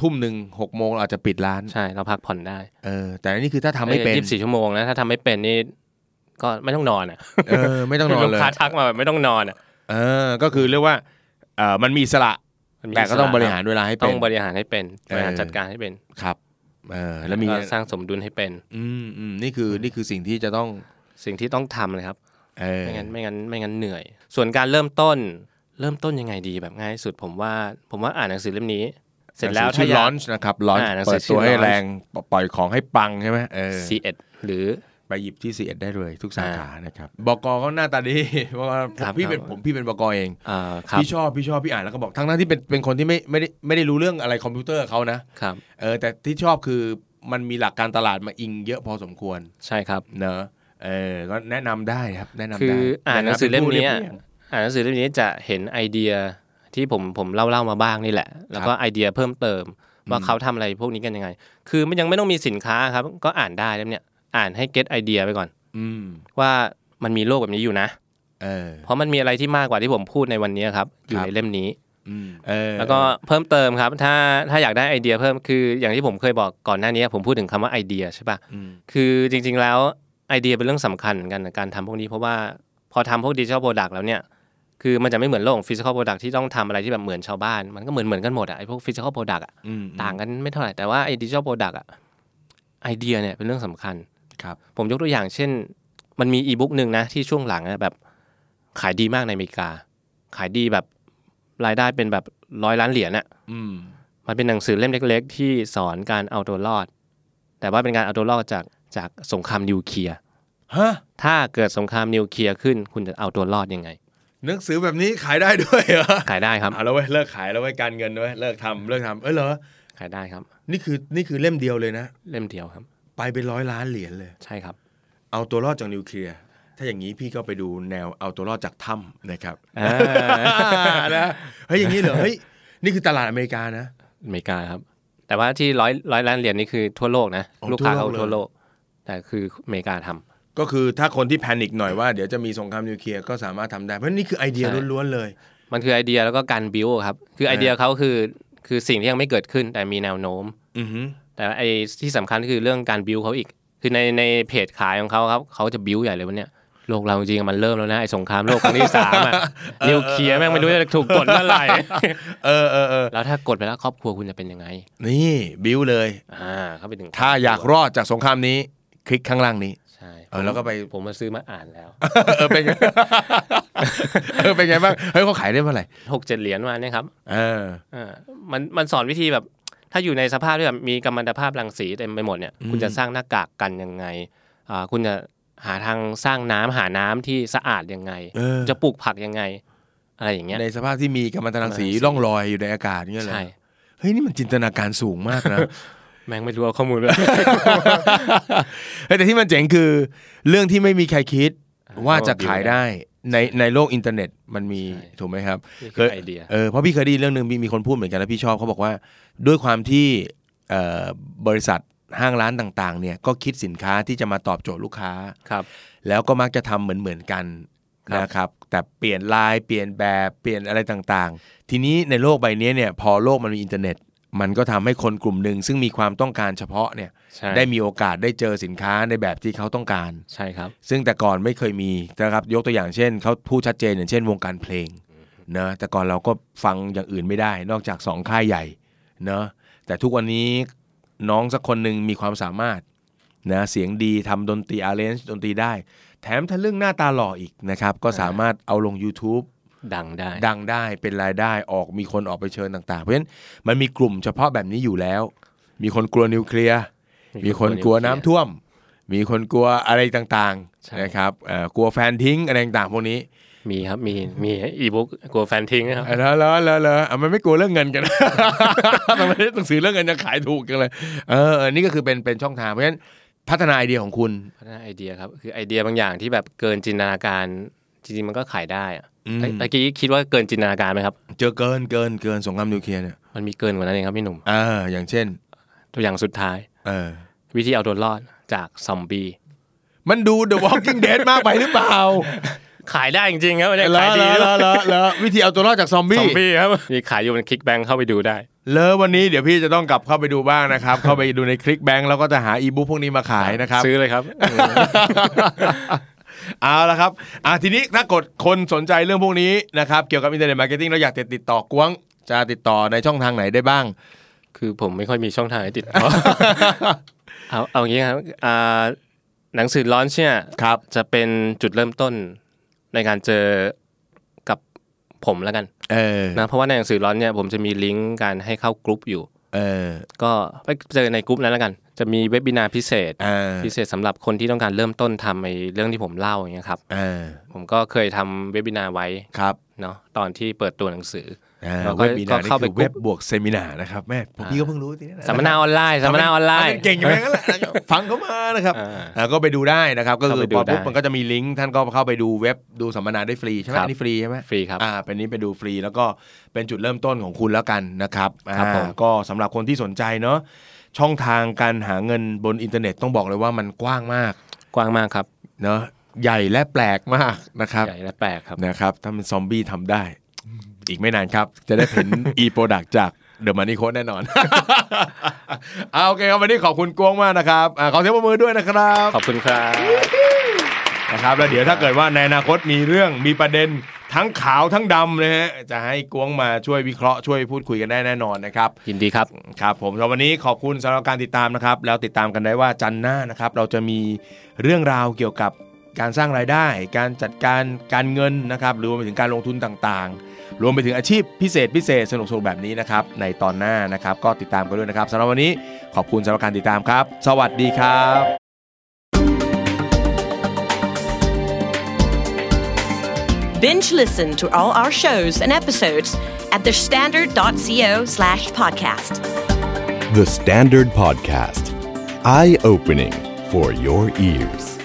ทุ่มหนึ่งหกโมงเราอาจจะปิดร้าน ใช่เราพักผ่อนได้ เออแต่อันนี่คือถ้าทำไม่เป็น ยี่สิบสี่ชั่วโมงนะถ้าทำไม่เป็นนี่ก็ไม่ต้องนอนอ่ะ เออไม่ต้องนอน ลูก เลย ค้าทักมาแบบไม่ต้องนอนอ่ะ เออก็คือเรียกว่าเออมันมีอิสระ มันมี แต่ก็ต้องบริหาร สะ เวลาให้ ต้ เป็ อน งบริหารให้เป็น เออ บริหารจัดการให้เป็น ครับเออแล้วมี ก็สร้างสมดุลให้เป็น อืมอืมนี่คือนี่คือสิ่งที่จะต้อง สิ่งที่ต้องทำเลยครับ เออ ไม่งั้นไม่งั้นไม่งั้นเหนื่อย ส่วนการเริ่มต้น เริ่มต้นยังไงดีแบบง่ายที่สุดผมว่า ผมว่าอ่านหนังสือเล่มนี้ เสร็จแล้ว ชื่ ถ้า อ อยา ร้อก นนะครับร้อน อ่าหนังสื เปิ อ ด ชื่ ตั อ วให้ launch แรงปล่อยของให้ปังใช่ไหมเออ C1 หรือ ไปหยิบที่สีเอ็ดได้เลยทุกสาขานะครับบกเขาหน้าตาดี เพราะว่าผม ครับ พี่เป็น ครับ ผมพี่เป็นบกเอง เอ่อครับ พี่ชอบพี่ชอบพี่อ่านแล้วก็บอกทั้งนั้นที่เป็นเป็นคนที่ไม่ไม่ได้ไม่ได้รู้เรื่องอะไรคอมพิวเตอร์เขานะครับ เออแต่ที่ชอบคือมันมีหลักการตลาดมาอิงเยอะพอสมควร ใช่ครับ เนอะเออก็แนะนำได้ครับแนะนำได้ คืออ่านหนังสือเล่มนี้ ใฐาะป็ผู้รียบรียงอ่ะอ่านหนังสือเล่มนี้จะเห็นไอเดียที่ผมผมเล่าเล่ามาบ้างนี่แหละ แล้วก็ไอเดียเพิ่มเติม ว่าเขาทำอะไรพวกนี้กันยังไง คือมันยังไม่ต้องมีสินค้าครับ ก็อ่านได้เล่มเนี้ยอ่านให้เก็ตไอเดียไปก่อน อืม ว่ามันมีโลกแบบนี้อยู่นะ เออ เพราะมันมีอะไรที่มากกว่าที่ผมพูดในวันนี้ครับอยู่ ครับ ในเล่มนี้ อืมเออ แล้วก็เพิ่มเติมครับ ถ้าถ้าอยากได้ไอเดียเพิ่มคืออย่างที่ผมเคยบอกก่อนหน้านี้ ผมพูดถึงคำว่าไอเดียใช่ปะ อืม คือจริง ๆ แล้วไอเดียเป็นเรื่องสำคัญเหมือนกันนะการทำพวกนี้เพราะว่าพอทำพวกดิจิทัลโปรดักต์แล้วเนี่ยคือมันจะไม่เหมือนโลกของฟิสิกอลโปรดักต์ที่ต้องทำอะไรที่แบบเหมือนชาวบ้านมันก็เหมือนเหมือนกันหมดอะไอพวกฟิสิกอลโปรดักต์อะ อืม ต่างกันไม่เท่าไหร่แต่ว่าไอดิจิทัลโปรดักต์อะไอเดียเนี่ยเป็นเรื่องสำคัญ ครับ ผมยกตัวอย่างเช่น มันมีอีบุ๊กหนึ่งนะที่ช่วงหลังอะแบบขายดีมากในอเมริกา ขายดีแบบรายได้เป็นแบบร้อยล้านเหรียญอะ อืม มันเป็นหนังสือเล่มเล็ก ๆ ที่สอนการเอาตัวรอด แต่ว่าเป็นการเอาตัวรอดจากจากสงครามนิวเคลียร์ ฮะ ถ้าเกิดสงครามนิวเคลียร์ขึ้น คุณจะเอาตัวรอดยังไง หนังสือแบบนี้ขายได้ด้วยเหรอ ขายได้ครับ เอาแล้วเว้ยเลิกขายแล้วเว้ยการเงินเว้ยเลิกทำเลิกทำเอยเหรอ ขายได้ครับ นี่คือนี่คือเล่มเดียวเลยนะ เล่มเดียวครับ ไปเป็นร้อยล้านเหรียญเลย ใช่ครับ เอาตัวรอดจากนิวเคลียร์ ถ้าอย่างนี้พี่ก็ไปดูแนวเอาตัวรอดจากถ้ำนะครับ อ่า นะเฮ้ยอย่างนี้เหรอ เฮ้ยนี่คือตลาดอเมริกานะ อเมริกาครับ แต่ว่าที่ร้อยร้อยล้านเหรียญนี่คือทั่วโลกนะ อ๋อ ลูกค้าเขา ทั่ ทั่ ว ว โล โล ก ก แต่คืออเมริกาทำ ก็คือถ้าคนที่แพนิคหน่อยว่าเดี๋ยวจะมีสงครามนิวเคลียร์ก็สามารถทำได้ เพราะนี่คือไอเดีย ใช่ ล้วนๆเลย มันคือไอเดียแล้วก็การบิวครับ คือไอเดียเขาคือคือสิ่งที่ยังไม่เกิดขึ้น แต่มีแนวโน้ม อือหือ แต่ไอที่สำคัญคือเรื่องการบิวเขาอีก คือในในเพจขายของเขาครับเขาจะบิวใหญ่เลยวันเนี้ยโลกเราจริงๆมันเริ่มแล้วนะไอสงครามโลกครั้งที่สาม อะนิวเคลียร์แม่งไม่รู้จะถูกกดเมื่อไหร่ เออเออเออ แล้วถ้ากดไปแล้วครอบครัวคุณจะเป็นยังไง นี่บิวเลย อ่าเขาไปถึง ถ้าอยากรอดจากสงครามนี้ คลิกข้างล่างนี้ ใช่ เออแล้วก็ไป ผมมาซื้อมาอ่านแล้ว เออเป็นไง เออเป็นไงบ้างเฮ้ยเขาขายได้เมื่อไหร่ หกเจ็ดเหรียญมาเนี่ยครับ เออ อ่ามันมันสอนวิธีแบบ ถ้าอยู่ในสภาพที่แบบมีกัมมันตภาพรังสีเต็มไปหมดเนี่ยคุณจะสร้างหน้ากากกันยังไงอ่าคุณจะหาทางสร้างน้ำหาน้ำที่สะอาดยังไง เออ จะปลูกผักยังไง อะไรอย่างเงี้ย ในสภาพที่มีกัมมันตรังสีร่องรอยอยู่ในอากาศอย่างเงี้ยเลย ใช่ เฮ้ยนี่มันจินตนาการสูงมาก นะ แม่งไม่รู้เอาข้อมู ลด้วย เฮ้ยแต่ที่มันเจ๋งคือเรื่องที่ไม่มีใครคิดว่าจะขายได้ในในโลกอินเทอร์เน็ตมันมี ใช่ ถูกไหมครับ นี่ เค คือย ไอเดีย เออเพราะพี่เคยไดีเรื่องหนึ่งมีมีคนพูดเหมือนกันแล้วพี่ชอบเขาบอกว่า ด้วยความที่เอ่อบริษัทห้างร้านต่างๆเนี่ยก็คิดสินค้าที่จะมาตอบโจทย์ลูกค้า ครับ แล้วก็มักจะทำเหมือนเหมือนๆกัน ครับ นะครับ แต่เปลี่ยนลายเปลี่ยนแบบเปลี่ยนอะไรต่างๆ ทีนี้ในโลกใบเนี้ยเนี่ยพอโลกมันมีอินเทอร์เน็ต มันก็ทำให้คนกลุ่มหนึ่งซึ่งมีความต้องการเฉพาะเนี่ย ใช่ ได้มีโอกาสได้เจอสินค้าในแบบที่เขาต้องการ ใช่ครับ ซึ่งแต่ก่อนไม่เคยมีนะครับยกตัวอย่างเช่นเขาพูดชัดเจนอย่างเช่นวงการเพลงนะแต่ก่อนเราก็ฟังอย่างอื่นไม่ได้ นอกจากสองค่ายใหญ่เนะแต่ทุกวันนี้น้องสักคนหนึ่งมีความสามารถนะเสียงดีทำดนตรีอาร์เรนจ์ดนตรีได้ แถมทะลึ่งหน้าตาหล่ออีกนะครับ ก็สามารถเอาลง YouTube ดังได้ ดังได้เป็นรายได้ออกมีคนออกไปเชิญต่าง ๆ เพราะฉะนั้นมันมีกลุ่มเฉพาะแบบนี้อยู่แล้ว มีคนกลัวนิวเคลียร์มีคนกลัวน้ำท่วม มีคนกลัวอะไรต่าง ใช่ ๆนะครับเอ่อกลัวแฟนทิ้งอะไรต่างๆพวกนี้ มีครับ มี มีอีบุ๊กกลัวแฟนทิ้งนะครับ เออแล้วแล้วแล้วแล้วอ่ะ มันไม่กลัวเรื่องเงินกัน ทำไมต้องซื้อเรื่องเงินจะขายถูกกันเลยเออเออนี่ก็คือเป็นเป็นช่องทางเพราะฉะนั้นพัฒนาไอเดียของคุณ พัฒนาไอเดียครับ คือไอเดียบางอย่างที่แบบเกินจินตนาการ จริงๆมันก็ขายได้อะ อืม เอ้ยเมื่อกี้คิดว่าเกินจินตนาการไหมครับ เจอเกินเกินเกินสงครามนิวเคลียร์เนี่ย มันมีเกินกว่านั้นเองครับพี่หนุ่ม อ่าอย่างเช่น ตัวอย่างสุดท้าย เออ วิธีเอาตัวรอดจากซอมบี้ มันดู The Walking Dead มากไปหรือเปล่า ขายได้จริงๆครับ เหร ขา อยเหร ดี อเหรอเหรอเหรอวิธีเอาตัวรอดจากซอม ซ บี้ อมบี้ครับมีขายอยู่บนคลิกแบงเข้าไปดูได้ เลอวันนี้เดี๋ยวพี่จะต้องกลับเข้าไปดูบ้างนะครับ เข้าไปดูในคลิกแบงค์แล้วก็จะหาอีบุ๊กพวกนี้มาขายนะครับ ซื้อเลยครับ เอาละครับอ่ะทีนี้ถ้ากดคนสนใจเรื่องพวกนี้นะครับ เกี่ยวกับอินเทอร์เน็ตมาร์เก็ตติ้งเราอยากจะติดต่อกวง จะติดต่อในช่องทางไหนได้บ้าง คือผมไม่ค่อยมีช่องทางให้ติดต่อ เอาเอาอย่างนี้ครับอ่าหนังสือร้อนเนี่ย ครับ จะเป็นจุดเริ่มต้นในการเจอกับผมแล้วกัน เออ นะเพราะว่าในหนังสือร้อนเนี่ยผมจะมีลิงก์การให้เข้ากรุ๊ปอยู่ เออ ก็ไปเจอในกรุ๊ปนั้นแล้วกัน จะมีเว็บบินาร์พิเศษ เออ พิเศษสำหรับคนที่ต้องการเริ่มต้นทำไอ้เรื่องที่ผมเล่าอย่างเงี้ยครับ เออ ผมก็เคยทำเว็บบินาร์ไว้ ครับ เนาะตอนที่เปิดตัวหนังสือ เออ แล้วก็ เว็บมีนา ก็ นี่ เข้าไป คือเว็บบวกเซมินาร์นะครับแม่ผม อ่า พี่ก็เพิ่งรู้ทีนี้นะ สัมมนาออนไลน์สัมมนาออนไลน์ เก่งอย่างนั้นแหละ นะครับฟังเขามานะครับ อ่า อ่าก็ไปดูได้นะครับ ก็คือ เข้าไปดู พอปุ๊บ ได้ มันก็จะมีลิงก์ท่านก็เข้าไปดูเว็บดูสัมมนาได้ฟรีใช่ไหม ครัอับนนี้ฟรีใช่ไหม ฟรีครับ อ่า เป็นนี้ไปดูฟรีแล้วก็เป็นจุดเริ่มต้นของคุณแล้วกันนะครับ ครับ อ่า ผม ก็สำหรับคนที่สนใจเนาะช่องทางการหาเงินบนอินเทอร์เน็ตต้องบอกเลยว่ามันกว้างมาก กว้างมากครับ เนาะใหญ่และแปลกมากนะครับ ใหญ่และแปลกครับ นะครับ ถ้ามันซอมบี้ทำได้ อีกไม่นานครับ จะได้เห็น e product จากเดอะมันนี่โค้ดแน่นอน เอาโอเคครับวันนี้ขอบคุณกวงมากนะครับอ่าขอเสียงปรบมือด้วยนะครับ ขอบคุณครับ นะครับแล้วเดี๋ยวถ้าเกิดว่าในอนาคตมีเรื่องมีประเด็นทั้งขาวทั้งดำนะฮะจะให้กวงมาช่วยวิเคราะห์ช่วยพูดคุยกันได้แน่นอนนะครับ ยินดีครับ ครับผมสำหรับวันนี้ขอบคุณสำหรับการติดตามนะครับ แล้วติดตามกันได้ว่าจันทร์หน้านะครับ เราจะมีเรื่องราวเกี่ยวกับการสร้างรายได้ การจัดการการเงินนะครับรวมไปถึงการลงทุนต่างๆ รวมไปถึงอาชีพพิเศษพิเศษสนุกสนุกๆแบบนี้นะครับในตอนหน้านะครับ ก็ติดตามกันด้วยนะครับสำหรับวันนี้ขอบคุณสำหรับการติดตามครับ สวัสดีครับ Binge listen to all our shows and episodes at thestandard.co slash podcast. The Standard Podcast, eye opening for your ears.